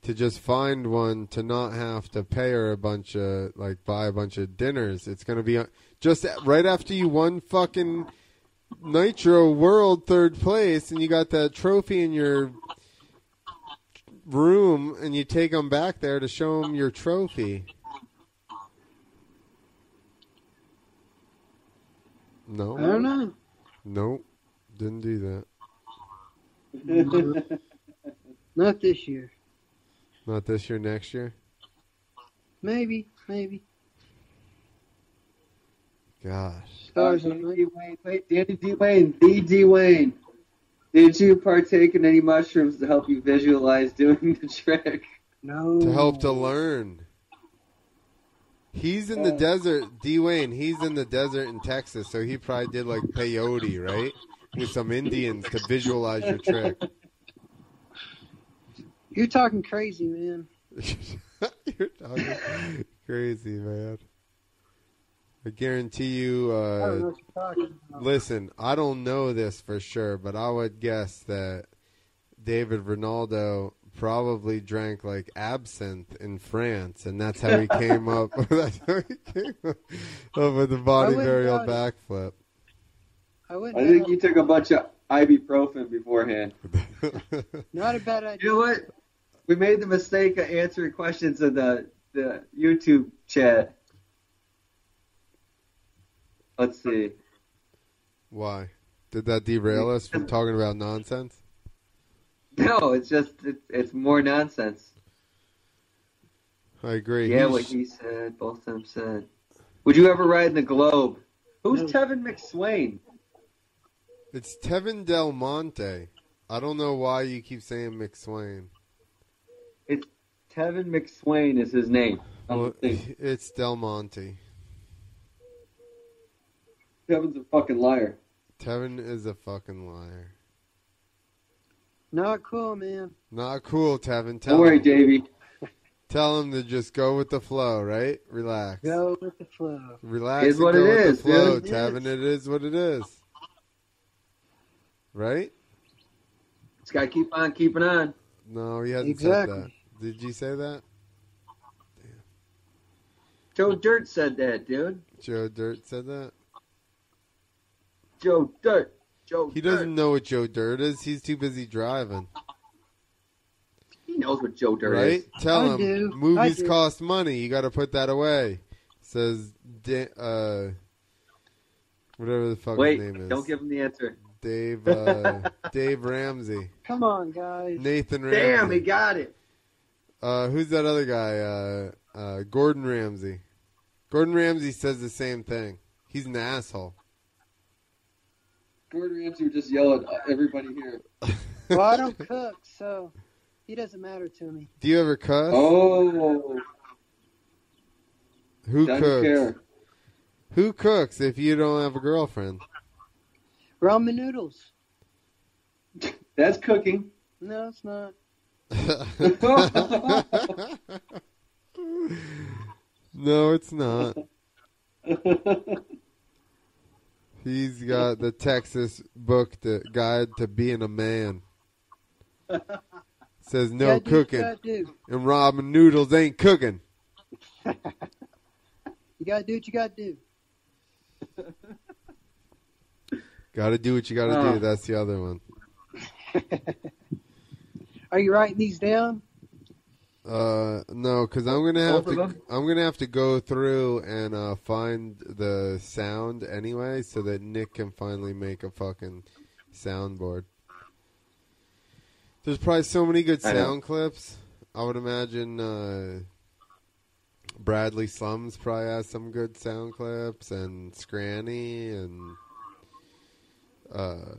to just find one to not have to pay her a bunch of like buy a bunch of dinners. It's going to be uh, just right after you won fucking Nitro World third place and you got that trophy in your room and you take them back there to show them your trophy. No. I don't know. Nope. Didn't do that. Uh, Not this year. Not this year, next year. Maybe. Maybe. Gosh. Stars Uh, on Danny D. Wayne, wait, Danny D. Wayne, D. D. Wayne. Did you partake in any mushrooms to help you visualize doing the trick? No. To help to learn. He's in the Yeah. desert, Dwayne. He's in the desert in Texas, so he probably did like peyote, right? With some Indians to visualize your trick. You're talking crazy, man. You're talking crazy, man. I guarantee you. I don't know Uh, what you're talking about. listen, I don't know this for sure, but I would guess that David Ronaldo probably drank like absinthe in France, and that's how he came up. that's how he came up with the body wouldn't burial doubt backflip. I wouldn't. I think you took a bunch of ibuprofen beforehand. Not a bad idea. You know what? We made the mistake of answering questions in the, the YouTube chat. Let's see. Why did that derail us from talking about nonsense? No, it's just it's, it's more nonsense. I agree. Yeah, He's- what he said, both of them said. Would you ever ride in the Globe? Who's No. Tevin McSwain? It's Tevin Del Monte. I don't know why you keep saying McSwain. Tevin McSwain is his name. I Well, don't think it's Del Monte. Tevin's a fucking liar. Tevin is a fucking liar. Not cool, man. Not cool, Tevin. Tell Don't worry, him, Davey. tell him to just go with the flow, right? Relax. Go with the flow. Relax. Is and what go it with is, the flow, dude. Tevin. It is what it is. Right? Just gotta keep on keeping on. No, he hasn't said Exactly. that. Did you say that? Joe Dirt said that, dude. Joe Dirt said that. Joe Dirt. Joe He Dirt. doesn't know what Joe Dirt is. He's too busy driving. He knows what Joe Dirt right? is. Tell I him do. movies I do. cost money. You got to put that away. Says da- uh, whatever the fuck Wait, his name is. don't give him the answer. Dave uh, Dave Ramsey, Come on, guys. Nathan Ramsey. Damn, he got it. uh, who's that other guy? Uh, uh, Gordon Ramsay. Gordon Ramsay says the same thing. He's an asshole. Gordon Ramsay would just yell at everybody here. Well, I don't cook, so he doesn't matter to me. Do you ever cuss? Oh, Who doesn't cooks? care. Who cooks if you don't have a girlfriend? Ramen noodles. That's cooking. No, it's not. no, it's not. He's got the Texas book, the guide to being a man. Says no Gotta do what you cooking, gotta do. and ramen noodles ain't cooking. You gotta do what you gotta do. Got to do what you got to Ah. do. That's the other one. Are you writing these down? Uh, no, because I'm gonna have Both to. of them? I'm gonna have to go through and uh, find the sound anyway, so that Nick can finally make a fucking soundboard. There's probably so many good I know. sound clips. I would imagine uh, Bradley Slums probably has some good sound clips, and Scranny, and uh,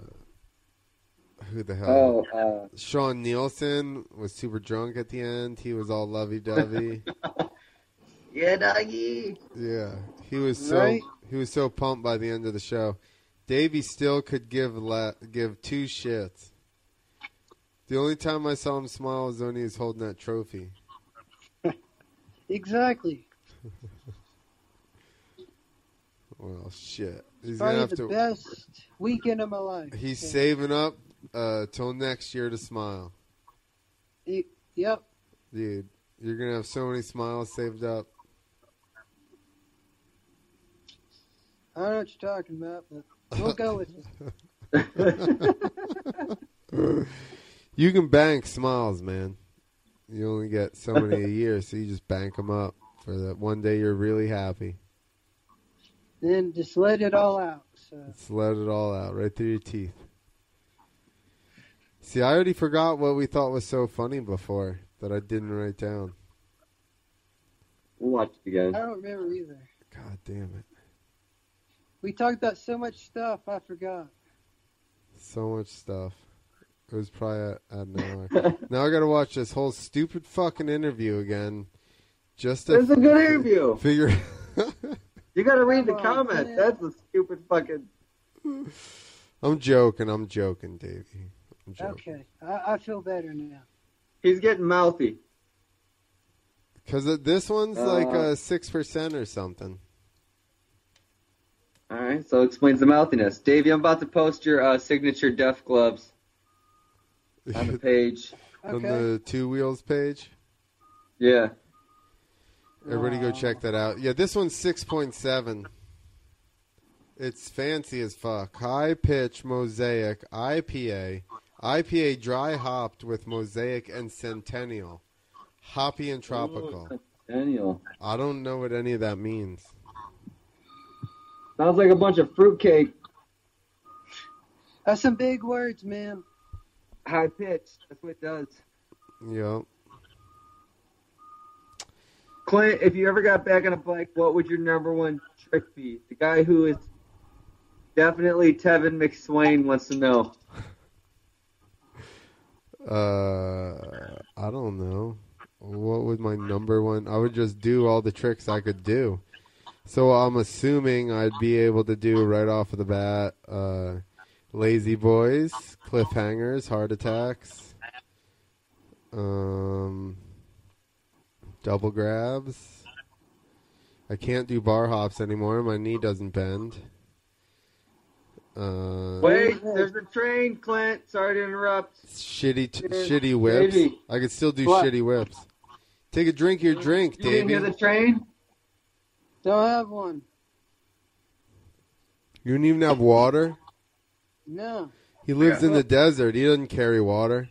who the hell? Oh, uh, Sean Nielsen was super drunk at the end. He was all lovey dovey. Yeah, doggy. yeah, he was so Right. he was so pumped by the end of the show. Davey still could give la- give two shits. The only time I saw him smile was when he was holding that trophy. Exactly. Well, shit, he's gonna Probably have the to. best weekend of my life. He's Yeah. saving up uh, till next year to smile, Yep. dude. You're gonna have so many smiles saved up. I don't know what you're talking about, but we'll go with it. You can bank smiles, man. You only get so many a year, so you just bank them up for that one day you're really happy. Then just let it all out. So Just let it all out right through your teeth. See, I already forgot what we thought was so funny before that I didn't write down. we'll watch it I again. don't remember either. God damn it. We talked about so much stuff I forgot. So much stuff. It was probably at, at an hour. now I gotta watch this whole stupid fucking interview again. Just to It's a good interview. Figure. You got to read the Come on, comments. man. That's a stupid fucking. I'm joking. I'm joking, Davey. I'm joking. Okay, I, I feel better now. He's getting mouthy. Because this one's like Uh, like six percent or something. All right, so it explains the mouthiness. Davey, I'm about to post your uh, signature deaf gloves on the On page. Okay. the two wheels page, Yeah. everybody go Wow. check that out. Yeah, this one's six point seven. It's fancy as fuck. High pitch mosaic IPA, IPA dry hopped with mosaic and centennial, hoppy and tropical. Daniel. I don't know what any of that means. Sounds like a bunch of fruitcake. That's some big words, man. High pitched. That's what it does. Yep. Clint, if you ever got back on a bike, what would your number one trick be? The guy who is definitely Tevin McSwain wants to know. Uh, I don't know. What would my number one? I would just do all the tricks I could do. So I'm assuming I'd be able to do right off of the bat, uh, lazy boys, cliffhangers, heart attacks, um, double grabs. I can't do bar hops anymore. My knee doesn't bend. Uh, Wait, there's a train, Clint. Sorry to interrupt. shitty t- Yeah, shitty whips. maybe. I could still do What? shitty whips. Take a drink of your drink, You didn't Davey. hear the train? Don't have one. You don't even have water. No. He lives Yeah. in the desert. He doesn't carry water.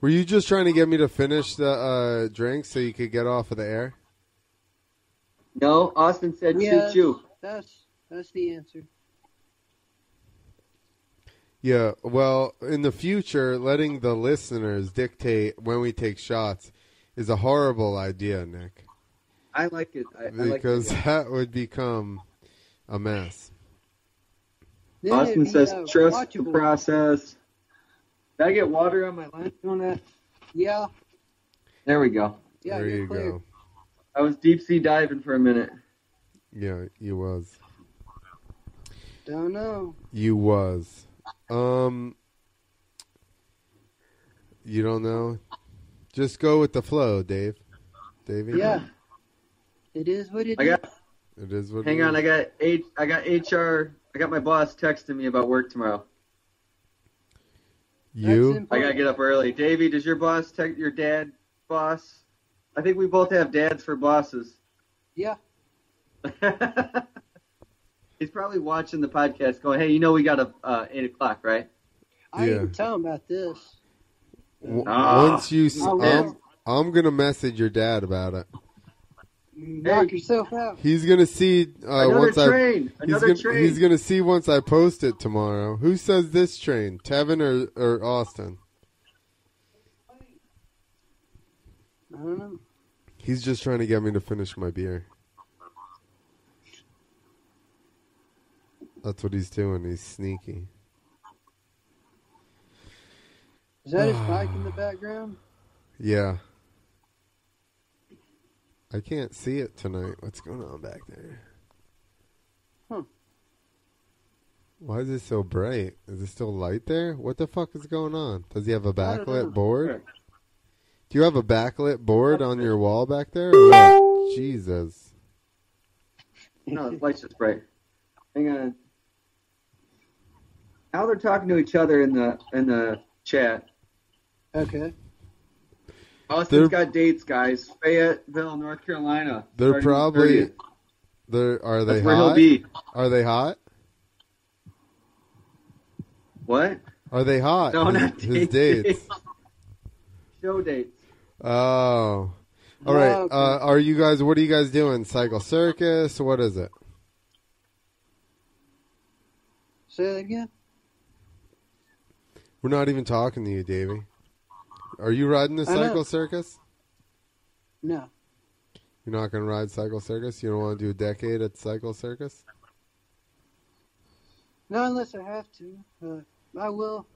Were you just trying to get me to finish the uh, drink so you could get off of the air? No, Austin said Yeah. shoot you. That's that's the answer. Yeah. Well, in the future, letting the listeners dictate when we take shots is a horrible idea, Nick, I like it. I, I like because it. that would become a mess. Then it'd Austin be, says uh, trust the watchable. process. Did I get water on my lens doing that? Yeah. There we go. Yeah. there you're you clear. go. I was deep sea diving for a minute. Yeah, you was. Don't know. You was. Um You don't know? Just go with the flow, Dave. Davey. Yeah. It is what it is. I got It is what hang it on, is. I got H I got HR I got my boss texting me about work tomorrow. you That's I important. gotta get up early. Davey, does your boss text your dad boss? I think we both have dads for bosses. Yeah. He's probably watching the podcast going, Hey, you know we got a uh, eight o'clock, right? I Yeah. didn't tell him about this. w- Ah. once you s- I will. I'm, I'm going to message your dad about it. Knock yourself out. He's going to see uh, Another once I train. He's Another gonna, train. he's gonna see once I post it tomorrow. Who says this train? Tevin or, or Austin? I don't know. He's just trying to get me to finish my beer. That's what he's doing. He's sneaky. Is that his bike in the background? Yeah. I can't see it tonight. What's going on back there? Huh. Why is it so bright? Is it still light there? What the fuck is going on? Does he have a I don't know. backlit board? Do you have a backlit board on your wall back there? Or what? Jesus. No, his light's just bright. Hang on. Now they're talking to each other in the in the chat. Okay. Austin's They're- got dates, guys. Fayetteville, North Carolina. They're starting the probably 30th. they're are they That's where he'll hot? be. Are they hot? What? Are they hot? No, his, not his dates. dates. Show dates. Oh. All right. Oh, okay. Uh, are you guys? What are you guys doing? Cycle circus? What is it? Say that again. We're not even talking to you, Davey. Are you riding the I know. cycle circus? No. You're not going to ride cycle circus. You don't want to do a decade at cycle circus. Not unless I have to. Uh, I will,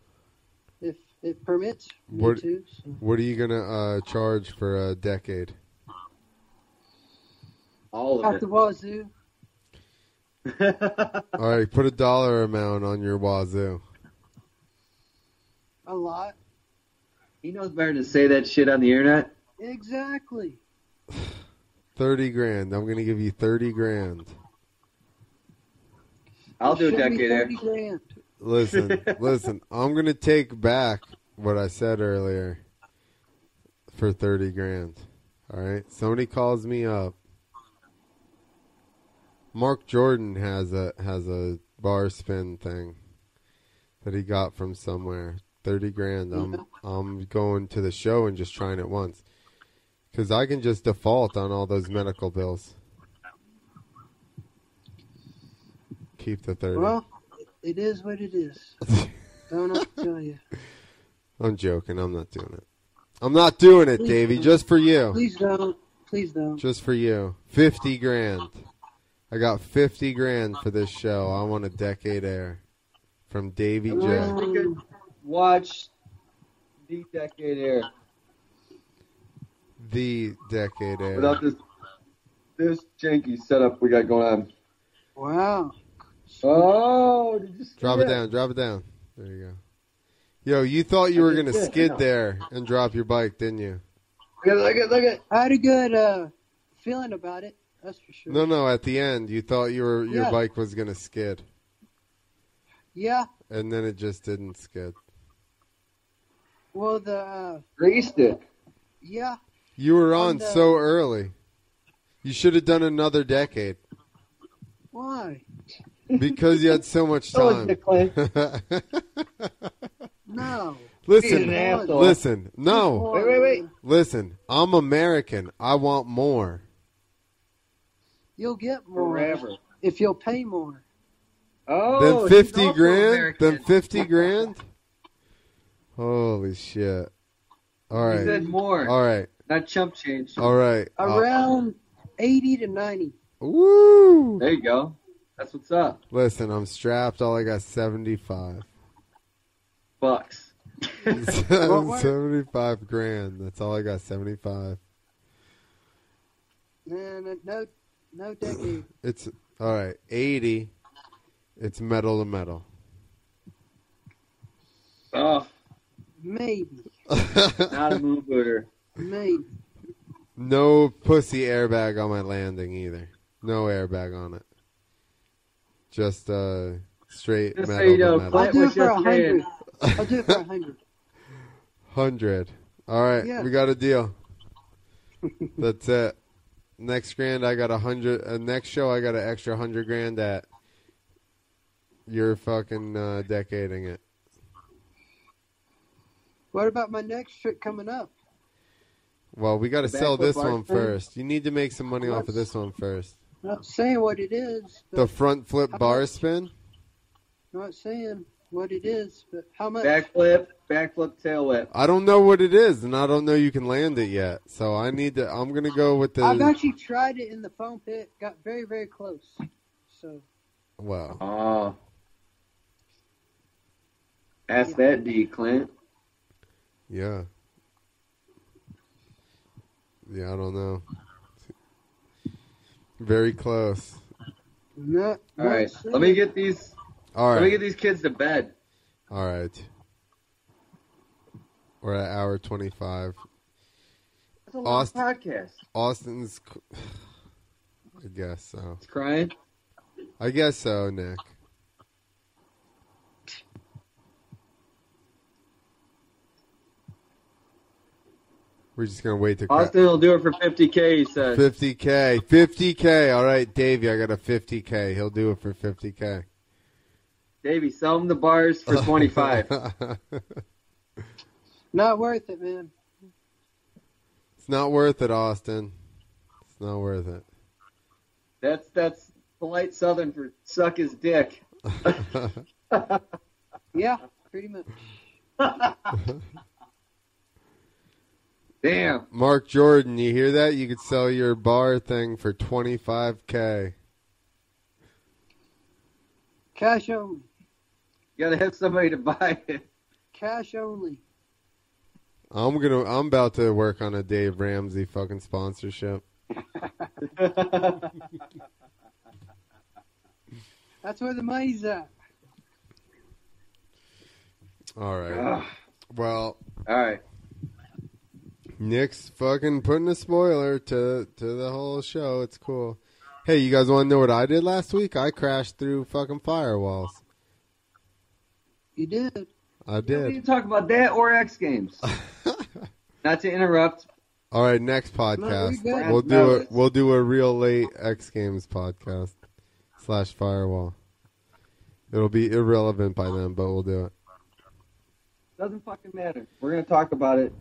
if it permits me What- to. so. What are you going to uh, charge for a decade? All of At the wazoo. it. All right, put a dollar amount on your wazoo. A lot. he knows better than to say that shit on the internet. Exactly. Thirty grand. I'm going to give you thirty grand. I'll It do a should be decade 30 after. grand. Listen, listen. I'm going to take back what I said earlier for thirty grand. All right. Somebody calls me up. Mark Jordan has a has a bar spin thing that he got from somewhere. Thirty grand. I'm I'm going to the show and just trying it once because I can just default on all those medical bills. Keep the thirty. Well, it is what it is. Don't know what to tell you. I'm joking. I'm not doing it. I'm not doing it, Davey. Just for you. Please don't. Please don't. Just for you. Fifty grand. I got fifty grand for this show. I want a decade air from Davey I wish J. we could watch the decade air The decade air. Without this this janky setup we got going on. Wow. Oh, did you see Drop it that? down. Drop it down. There you go. Yo, you thought you were gonna Yeah, I skid know. there and drop your bike, didn't you? Look at, look at, look at. I had a good uh, feeling about it. That's for sure. No, no. At the end, you thought you were your Yeah. bike was gonna skid, Yeah. and then it just didn't skid. Well, the uh, Raced it. yeah. You were On on the- so early. You should have done another decade. Why? Because you had so much Oh, That was time. Nick Clay. No. He's an listen, asshole. listen, no, Wait, wait, wait. listen. I'm American. I want more. You'll get more Forever. if you'll pay more. Oh, Then he's fifty also grand. American. Then fifty grand. Holy shit! All He right, said more, all right, not chump change. all right. Uh, Around eighty to ninety. woo! There you go. That's what's up. Listen, I'm strapped. All I got seventy-five. Bucks. what? seventy-five grand. That's all I got. Seventy-five. No, no, no, no decade. It's all right. Eighty. It's metal to metal. oh, Maybe. not a moon booter. Maybe. No pussy airbag on my landing either. No airbag on it. Just uh straight Just so metal. you know, to metal. Clint- I'll do it was for just a saying. hundred. I'll do it for a hundred. Hundred. All right, Yeah. we got a deal. That's it. Next grand, I got a hundred. Uh, next show, I got an extra hundred grand at. You're fucking uh, decading it. What about my next trip coming up? Well, we got to The sell backflip this bar one thing? first. You need to make some money off of this one first. I'm not saying what it is. But The front flip How bar much? spin. I'm not saying what it is, but how much? Backflip, backflip, tail whip. I don't know what it is, and I don't know you can land it yet. So I need to. I'm gonna go with the. I've actually tried it in the foam pit. Got very, very close. So wow. Oh. Ask that D, Clint. Yeah. Yeah, I don't know. Very close. Not, All right, let me get these. All Let me get right. these kids to bed. All right. We're at hour 25. That's a long Austin- podcast. Austin's. c- I guess so. It's crying. I guess so, Nick. We're just gonna wait to cra- Austin will do it for 50k. He says. 50k, 50k. All right, Davey, I got a 50k. He'll do it for 50k. Davey, sell him the bars for 25. Not worth it, man. it's not worth it, Austin. It's not worth it. that's that's polite Southern for suck his dick. Yeah, pretty much. Damn. Mark Jordan, you hear that? You could sell your bar thing for 25k. Cash only. You gotta have somebody to buy it. Cash only. I'm gonna. I'm about to work on a Dave Ramsey fucking sponsorship. That's where the money's at. All right. Ah. Ugh. Well, All right. Nick's fucking putting a spoiler to to the whole show. It's cool. Hey, you guys want to know what I did last week? I crashed through fucking firewalls. You did. I We don't need did. to talk about that or X Games. Not to interrupt. All right, next podcast. No, we good. We'll do a we'll do a real late X Games podcast slash firewall. It'll be irrelevant by then, but we'll do it. Doesn't fucking matter. We're gonna talk about it.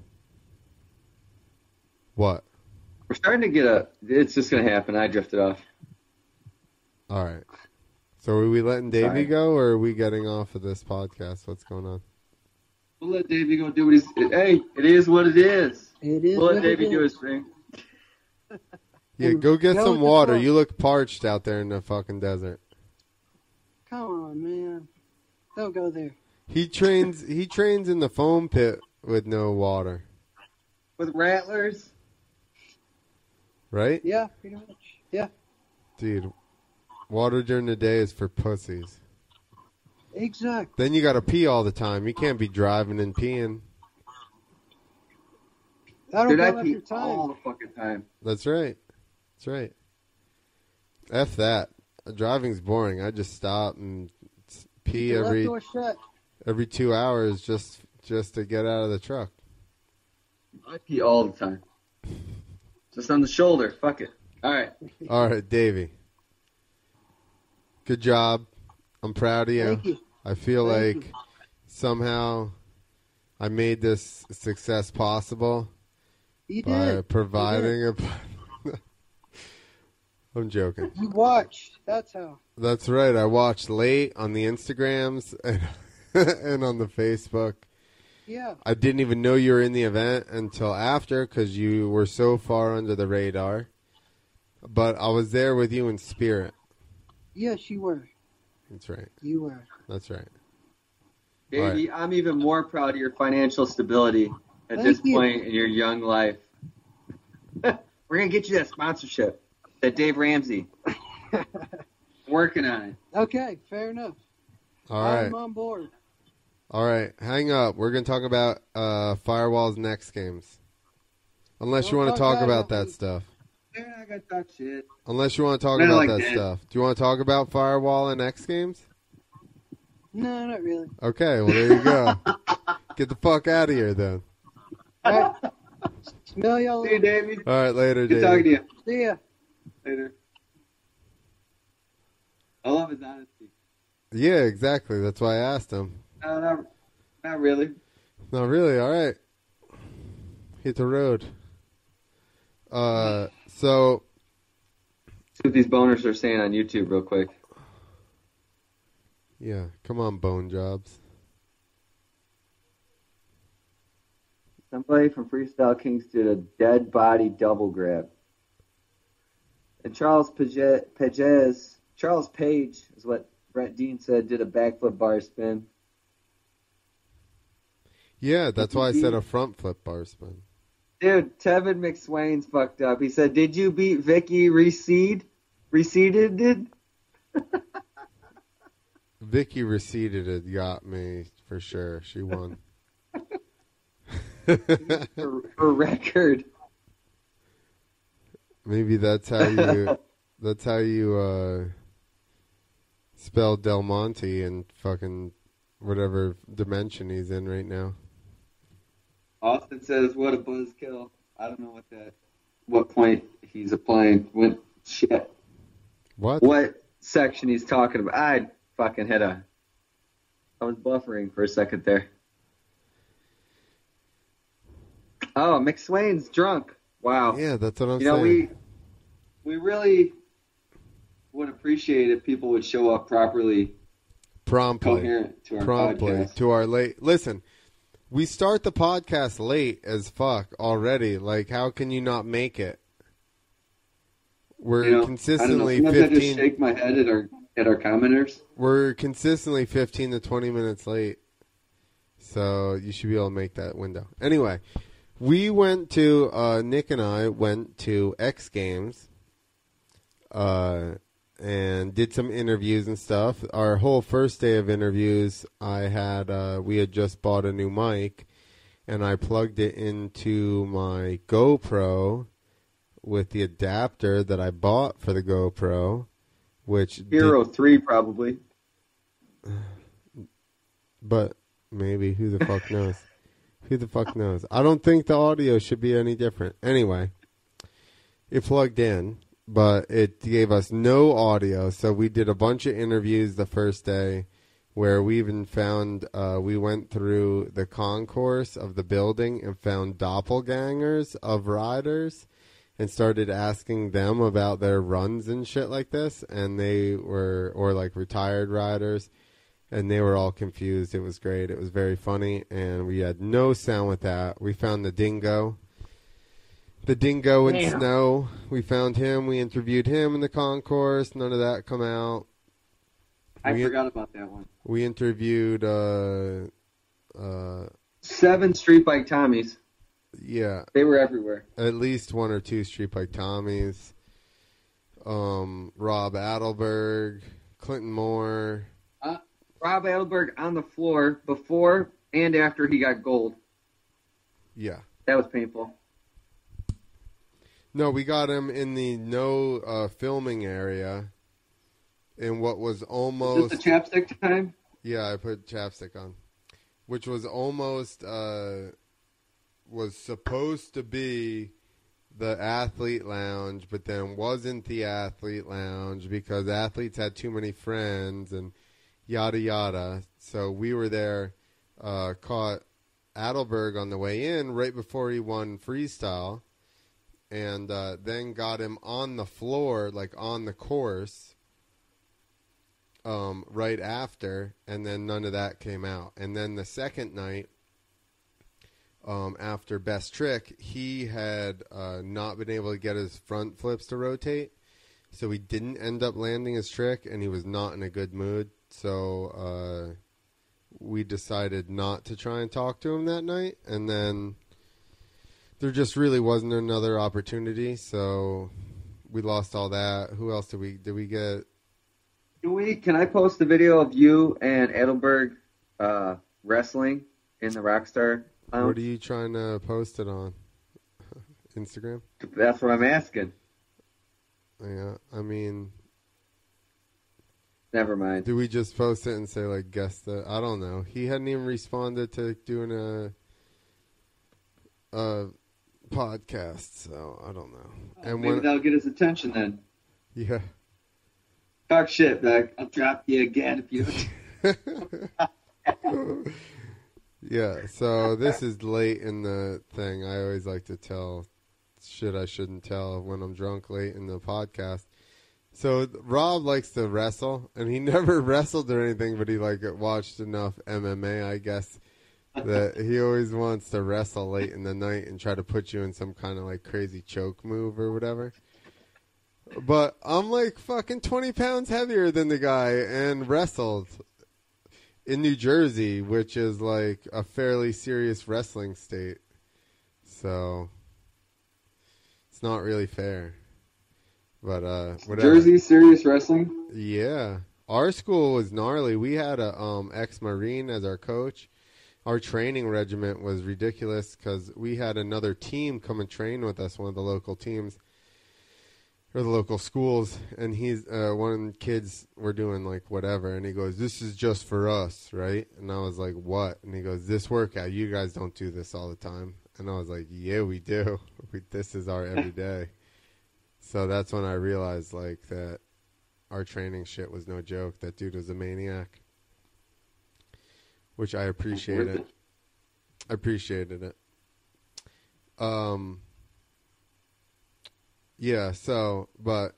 What? We're starting to get a. It's just gonna happen. I drifted off. All right. So are we letting Davey Sorry. go, or are we getting off of this podcast? What's going on? We'll let Davey go do what he's. Hey, it is what it is. It is. We'll let what it Davey do is. his thing. Yeah, Mm, go get go some with the water. flow. You look parched out there in the fucking desert. Come on, man. Don't go there. He trains. he trains in the foam pit with no water, With Rattlers. right, Yeah, pretty much. Yeah, dude? Water during the day is for pussies. exact. Then you got to pee all the time. You can't be driving and peeing. I don't Dude, go I after pee all time. the fucking time. That's right. That's right. F that. Driving's boring. I just stop and s- pee Your every left door shut. every two hours just just to get out of the truck. I pee all the time. Just on the shoulder. Fuck it. All right. All right, Davey. Good job. I'm proud of you. Thank you. I feel Thank like somehow I made this success possible You by did. providing a. I'm joking. You watched. That's how. That's right. I watched late on the Instagrams and and on the Facebook. Yeah. I didn't even know you were in the event until after because you were so far under the radar. But I was there with you in spirit. Yes, you were. That's right. You were. That's right. Davey, I'm even more proud of your financial stability at Thank this you. point in your young life. We're gonna get you that sponsorship, that Dave Ramsey. Working on it. Okay, fair enough. All I'm right. on board. All right. Hang up. We're going to talk about uh, Firewall's next games. Unless you Don't want to talk talk about about it. that stuff. Man, I gotta talk shit. Unless you want to talk Man, about like that that. stuff. Do you want to talk about Firewall and X games? No, not really. Okay. Well, there you go. Get the fuck out of here then. All right. Smell y'all. Hey, later. Davey. All right. Later, Good talking to Dave. you. See ya. Later. I love his honesty. Yeah, exactly. That's why I asked him. No, not, not really. Not really. All right. Hit the road. Uh, so See what these boners are saying on YouTube, real quick. yeah, come on, bone jobs. Somebody from Freestyle Kings did a dead body double grab. And Charles Paget, Pages, Charles Page is what Brett Dean said, did a backflip bar spin. Yeah, that's why I said a front flip bar spin. Dude, Tevin McSwain's fucked up. He said, "Did you beat Vicky Reseed? Reseeded? Did Vicky receded it got me for sure. She won. her, her record? Maybe that's how you that's how you uh spell Del Monte in fucking whatever dimension he's in right now. Austin says, "What a buzzkill!" I don't know what that, what point he's applying. What shit? What? What section he's talking about? I fucking hit a. I was buffering for a second there. Oh, McSwain's drunk. Wow. Yeah, that's what I'm you know, saying. we we really would appreciate if people would show up properly Promptly. coherent to our promptly podcast. to our late. Listen, we start the podcast late as fuck already. Like, how can you not make it? We're You know, consistently I don't know. Sometimes I just fifteen. shake my head at our at our commenters. We're consistently fifteen to twenty minutes late. So you should be able to make that window. Anyway, we went to uh, Nick and I went to X Games. Uh, and did some interviews and stuff. Our whole first day of interviews, I had uh, we had just bought a new mic, and I plugged it into my GoPro with the adapter that I bought for the GoPro, which did- Hero three probably. but maybe who the fuck knows? who the fuck knows? I don't think the audio should be any different. Anyway, it plugged in, but it gave us no audio. So we did a bunch of interviews the first day, where we even found uh, we went through the concourse of the building and found doppelgangers of riders. And started asking them about their runs and shit like this, and they were, or like retired riders, and they were all confused. It was great. It was very funny, and we had no sound with that. We found the dingo, the dingo in Yeah. snow. We found him. We interviewed him in the concourse. None of that come out. I We- forgot about that one. We interviewed, uh, uh, Seven street bike Tommies. yeah, They were everywhere. at least one or two Street Bike Tommies, um, Rob Adelberg, Clinton Moore. Rob Adelberg on the floor before and after he got gold. Yeah. That was painful. No, we got him in the no uh, filming area, in what was Is almost this the chapstick time? yeah, I put chapstick on, which was almost uh, was supposed to be the athlete lounge, but then wasn't the athlete lounge because athletes had too many friends and yada yada. So we were there, uh, caught Adelberg on the way in right before he won freestyle, and uh, then got him on the floor, like on the course um, right after, and then none of that came out. And then the second night, um, after Best Trick, he had uh, not been able to get his front flips to rotate, so he didn't end up landing his trick, and he was not in a good mood. So uh, we decided not to try and talk to him that night, and then there just really wasn't another opportunity. So we lost all that. Who else did we did we get? Can we? Can I post a video of you and Edelberg uh, wrestling in the Rockstar? What Um, Lounge? are you trying to post it on? Instagram? That's what I'm asking. Yeah. I mean, Never mind. do we just post it and say like guess the I don't know. He hadn't even responded to doing a a podcast, so I don't know. And Oh, Maybe when that'll get his attention then. yeah. Talk shit, Doug. I'll drop you again if you don't. yeah, so this is late in the thing. I always like to tell shit I shouldn't tell when I'm drunk late in the podcast. So Rob likes to wrestle, and he never wrestled or anything, but he like watched enough MMA, I guess, that he always wants to wrestle late in the night and try to put you in some kind of like crazy choke move or whatever. But I'm like fucking 20 pounds heavier than the guy and wrestled in New Jersey, which is like a fairly serious wrestling state. So it's not really fair. But uh whatever. Jersey serious wrestling. Yeah. Our school was gnarly. We had a um ex marine as our coach. Our training regiment was ridiculous cuz we had another team come and train with us, one of the local teams or the local schools and he's uh, one kids were doing like whatever and he goes this is just for us right and i was like what and he goes this workout you guys don't do this all the time and i was like yeah we do we, this is our everyday so that's when i realized like that our training shit was no joke that dude was a maniac which i appreciated i appreciated it um yeah, so but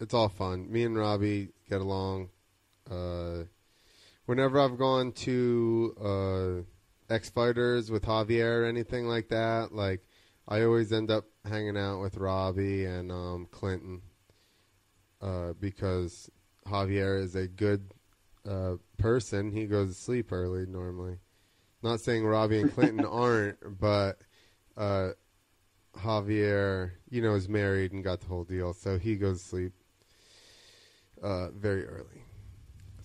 it's all fun. Me and Robbie get along. Uh, whenever I've gone to uh, X Fighters with Javier or anything like that, like I always end up hanging out with Robbie and um, Clinton uh, because Javier is a good uh, person. He goes to sleep early normally. Not saying Robbie and Clinton aren't, but. Uh, Javier, you know, is married and got the whole deal, so he goes to sleep uh, very early.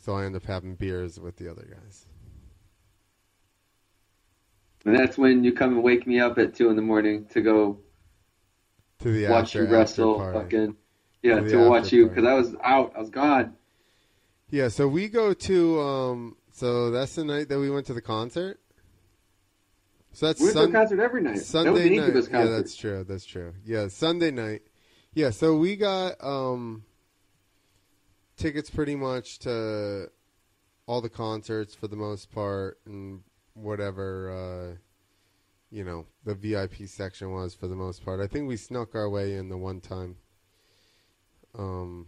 So I end up having beers with the other guys. And that's when you come and wake me up at two in the morning to go To the watch after, you wrestle. after party. Fucking yeah, To the to watch after you party. because I was out. I was gone. Yeah, so we go to. Um, so that's the night that we went to the concert. So that's We went to Sun- a concert every night. that was Sunday an night. Incubus Yeah, concert. that's true. That's true. Yeah, Sunday night. Yeah, so we got um, tickets pretty much to all the concerts for the most part, and whatever uh, you know the VIP section was for the most part. I think we snuck our way in the one time. Um,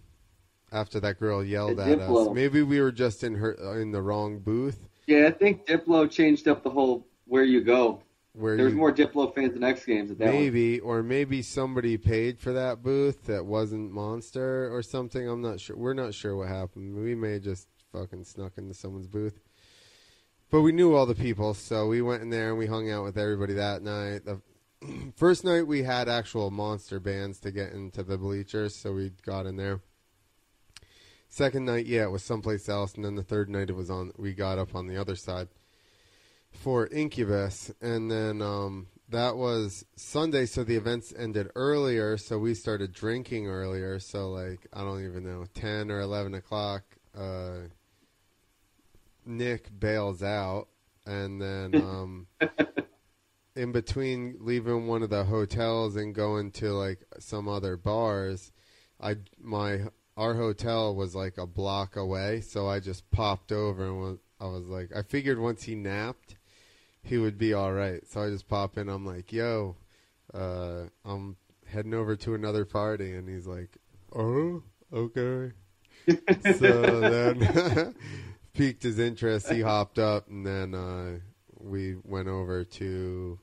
after that girl yelled At at us, Diplo. maybe we were just in her uh, in the wrong booth. yeah, I think Diplo changed up the whole where you go. Where There was you more Diplo fans than X Games at that one. maybe or maybe somebody paid for that booth that wasn't monster or something i'm not sure we're not sure what happened we may have just fucking snuck into someone's booth but we knew all the people so we went in there and we hung out with everybody that night the first night we had actual monster bands to get into the bleachers so we got in there second night yeah it was someplace else and then the third night it was on we got up on the other side for Incubus, and then um, that was Sunday, so the events ended earlier, so we started drinking earlier. So like I don't even know, ten or eleven o'clock. Uh, Nick bails out, and then um, in between leaving one of the hotels and going to like some other bars, I my our hotel was like a block away, so I just popped over and was, I was like, I figured once he napped, he would be all right. So I just pop in. I'm like, yo, uh, I'm heading over to another party, and he's like, oh, okay. so then piqued his interest. He hopped up, and then uh, we went over to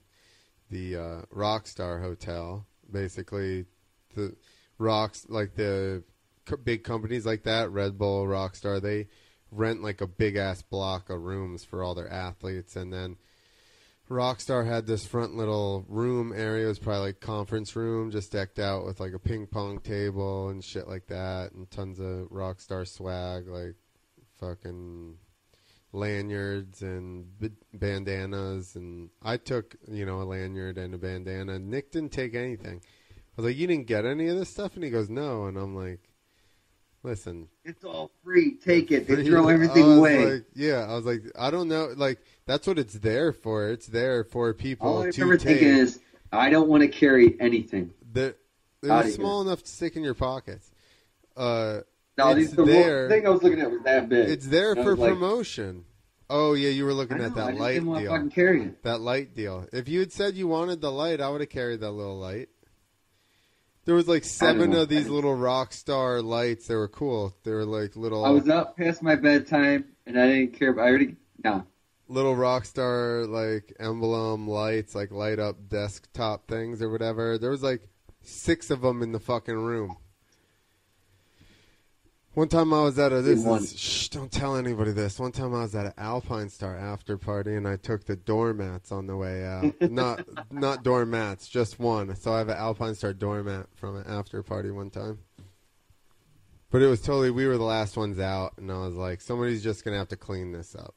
the uh, Rockstar Hotel. Basically, the rocks like the co- big companies like that, Red Bull, Rockstar, they rent like a big ass block of rooms for all their athletes, and then Rockstar had this front little room area. It was probably like conference room, just decked out with like a ping pong table and shit like that, and tons of Rockstar swag, like fucking lanyards and b- bandanas. And I took, you know, a lanyard and a bandana. Nick didn't take anything. I was like, "You didn't get any of this stuff," and he goes, "No." And I'm like, "Listen, It's all free. Take it. They Free- throw everything I was away. like- yeah, I was like, I don't know, like that's what it's there for. It's there for people all I to remember take. thinking is, I don't want to carry anything. they're Outta they're here. small enough to stick in your pockets. Uh, No, It's these, the there. there. thing I was looking at was that big. it's there That for was like- promotion. Oh yeah, you were I, looking know, at I that just light didn't want to deal. fucking carry it. That light deal. If you had said you wanted the light, I would have carried that little light. There was like seven know. of I these didn't- little rock star lights. They were cool. They were like little. I was up past my bedtime and I didn't care. But I already no. little rock star like emblem lights, like light up desktop things or whatever. There was like six of them in the fucking room. One time I was at a this One. is, shh, don't tell anybody this. One time I was at an Alpine Star after party and I took the doormats on the way out. not not doormats, just one. So I have an Alpine Star doormat from an after party one time. But it was totally we were the last ones out and I was like somebody's just going to have to clean this up.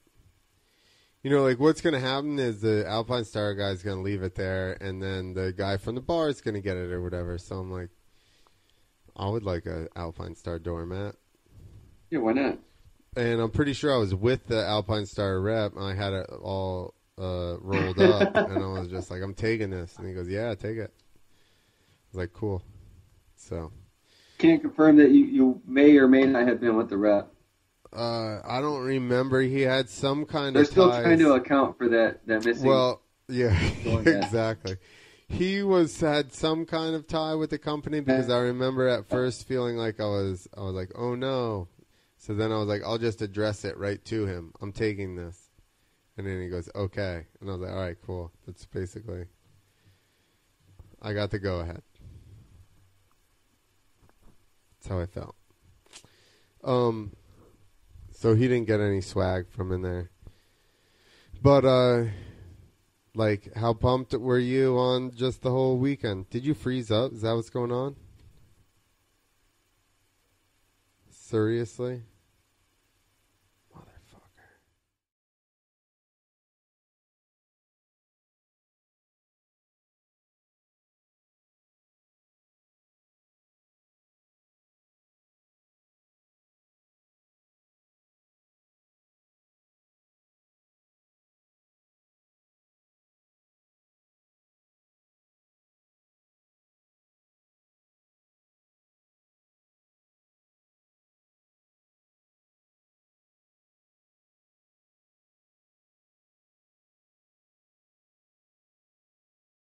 You know, like what's going to happen is the Alpine Star guy's going to leave it there and then the guy from the bar is going to get it or whatever. So I'm like I would like a Alpine Star doormat Yeah, why not? and I'm pretty sure I was with the Alpine Star rep. And I had it all uh, rolled up, and I was just like, "I'm taking this," and he goes, "Yeah, take it." I was like, "Cool." So Can't confirm that you, you may or may not have been with the rep. uh, I don't remember. He had some kind They're of. still ties- trying to account for that that missing. Well, yeah, Going back. exactly. He was had some kind of tie with the company because I remember at first feeling like I was I was like, "Oh no." So then I was like, "I'll just address it right to him. I'm taking this." And then he goes, "Okay." And I was like, "All right, cool. That's basically I got the go ahead." That's how I felt. Um so he didn't get any swag from in there. But uh like how pumped were you on just the whole weekend? Did you freeze up? Is that what's going on? Seriously?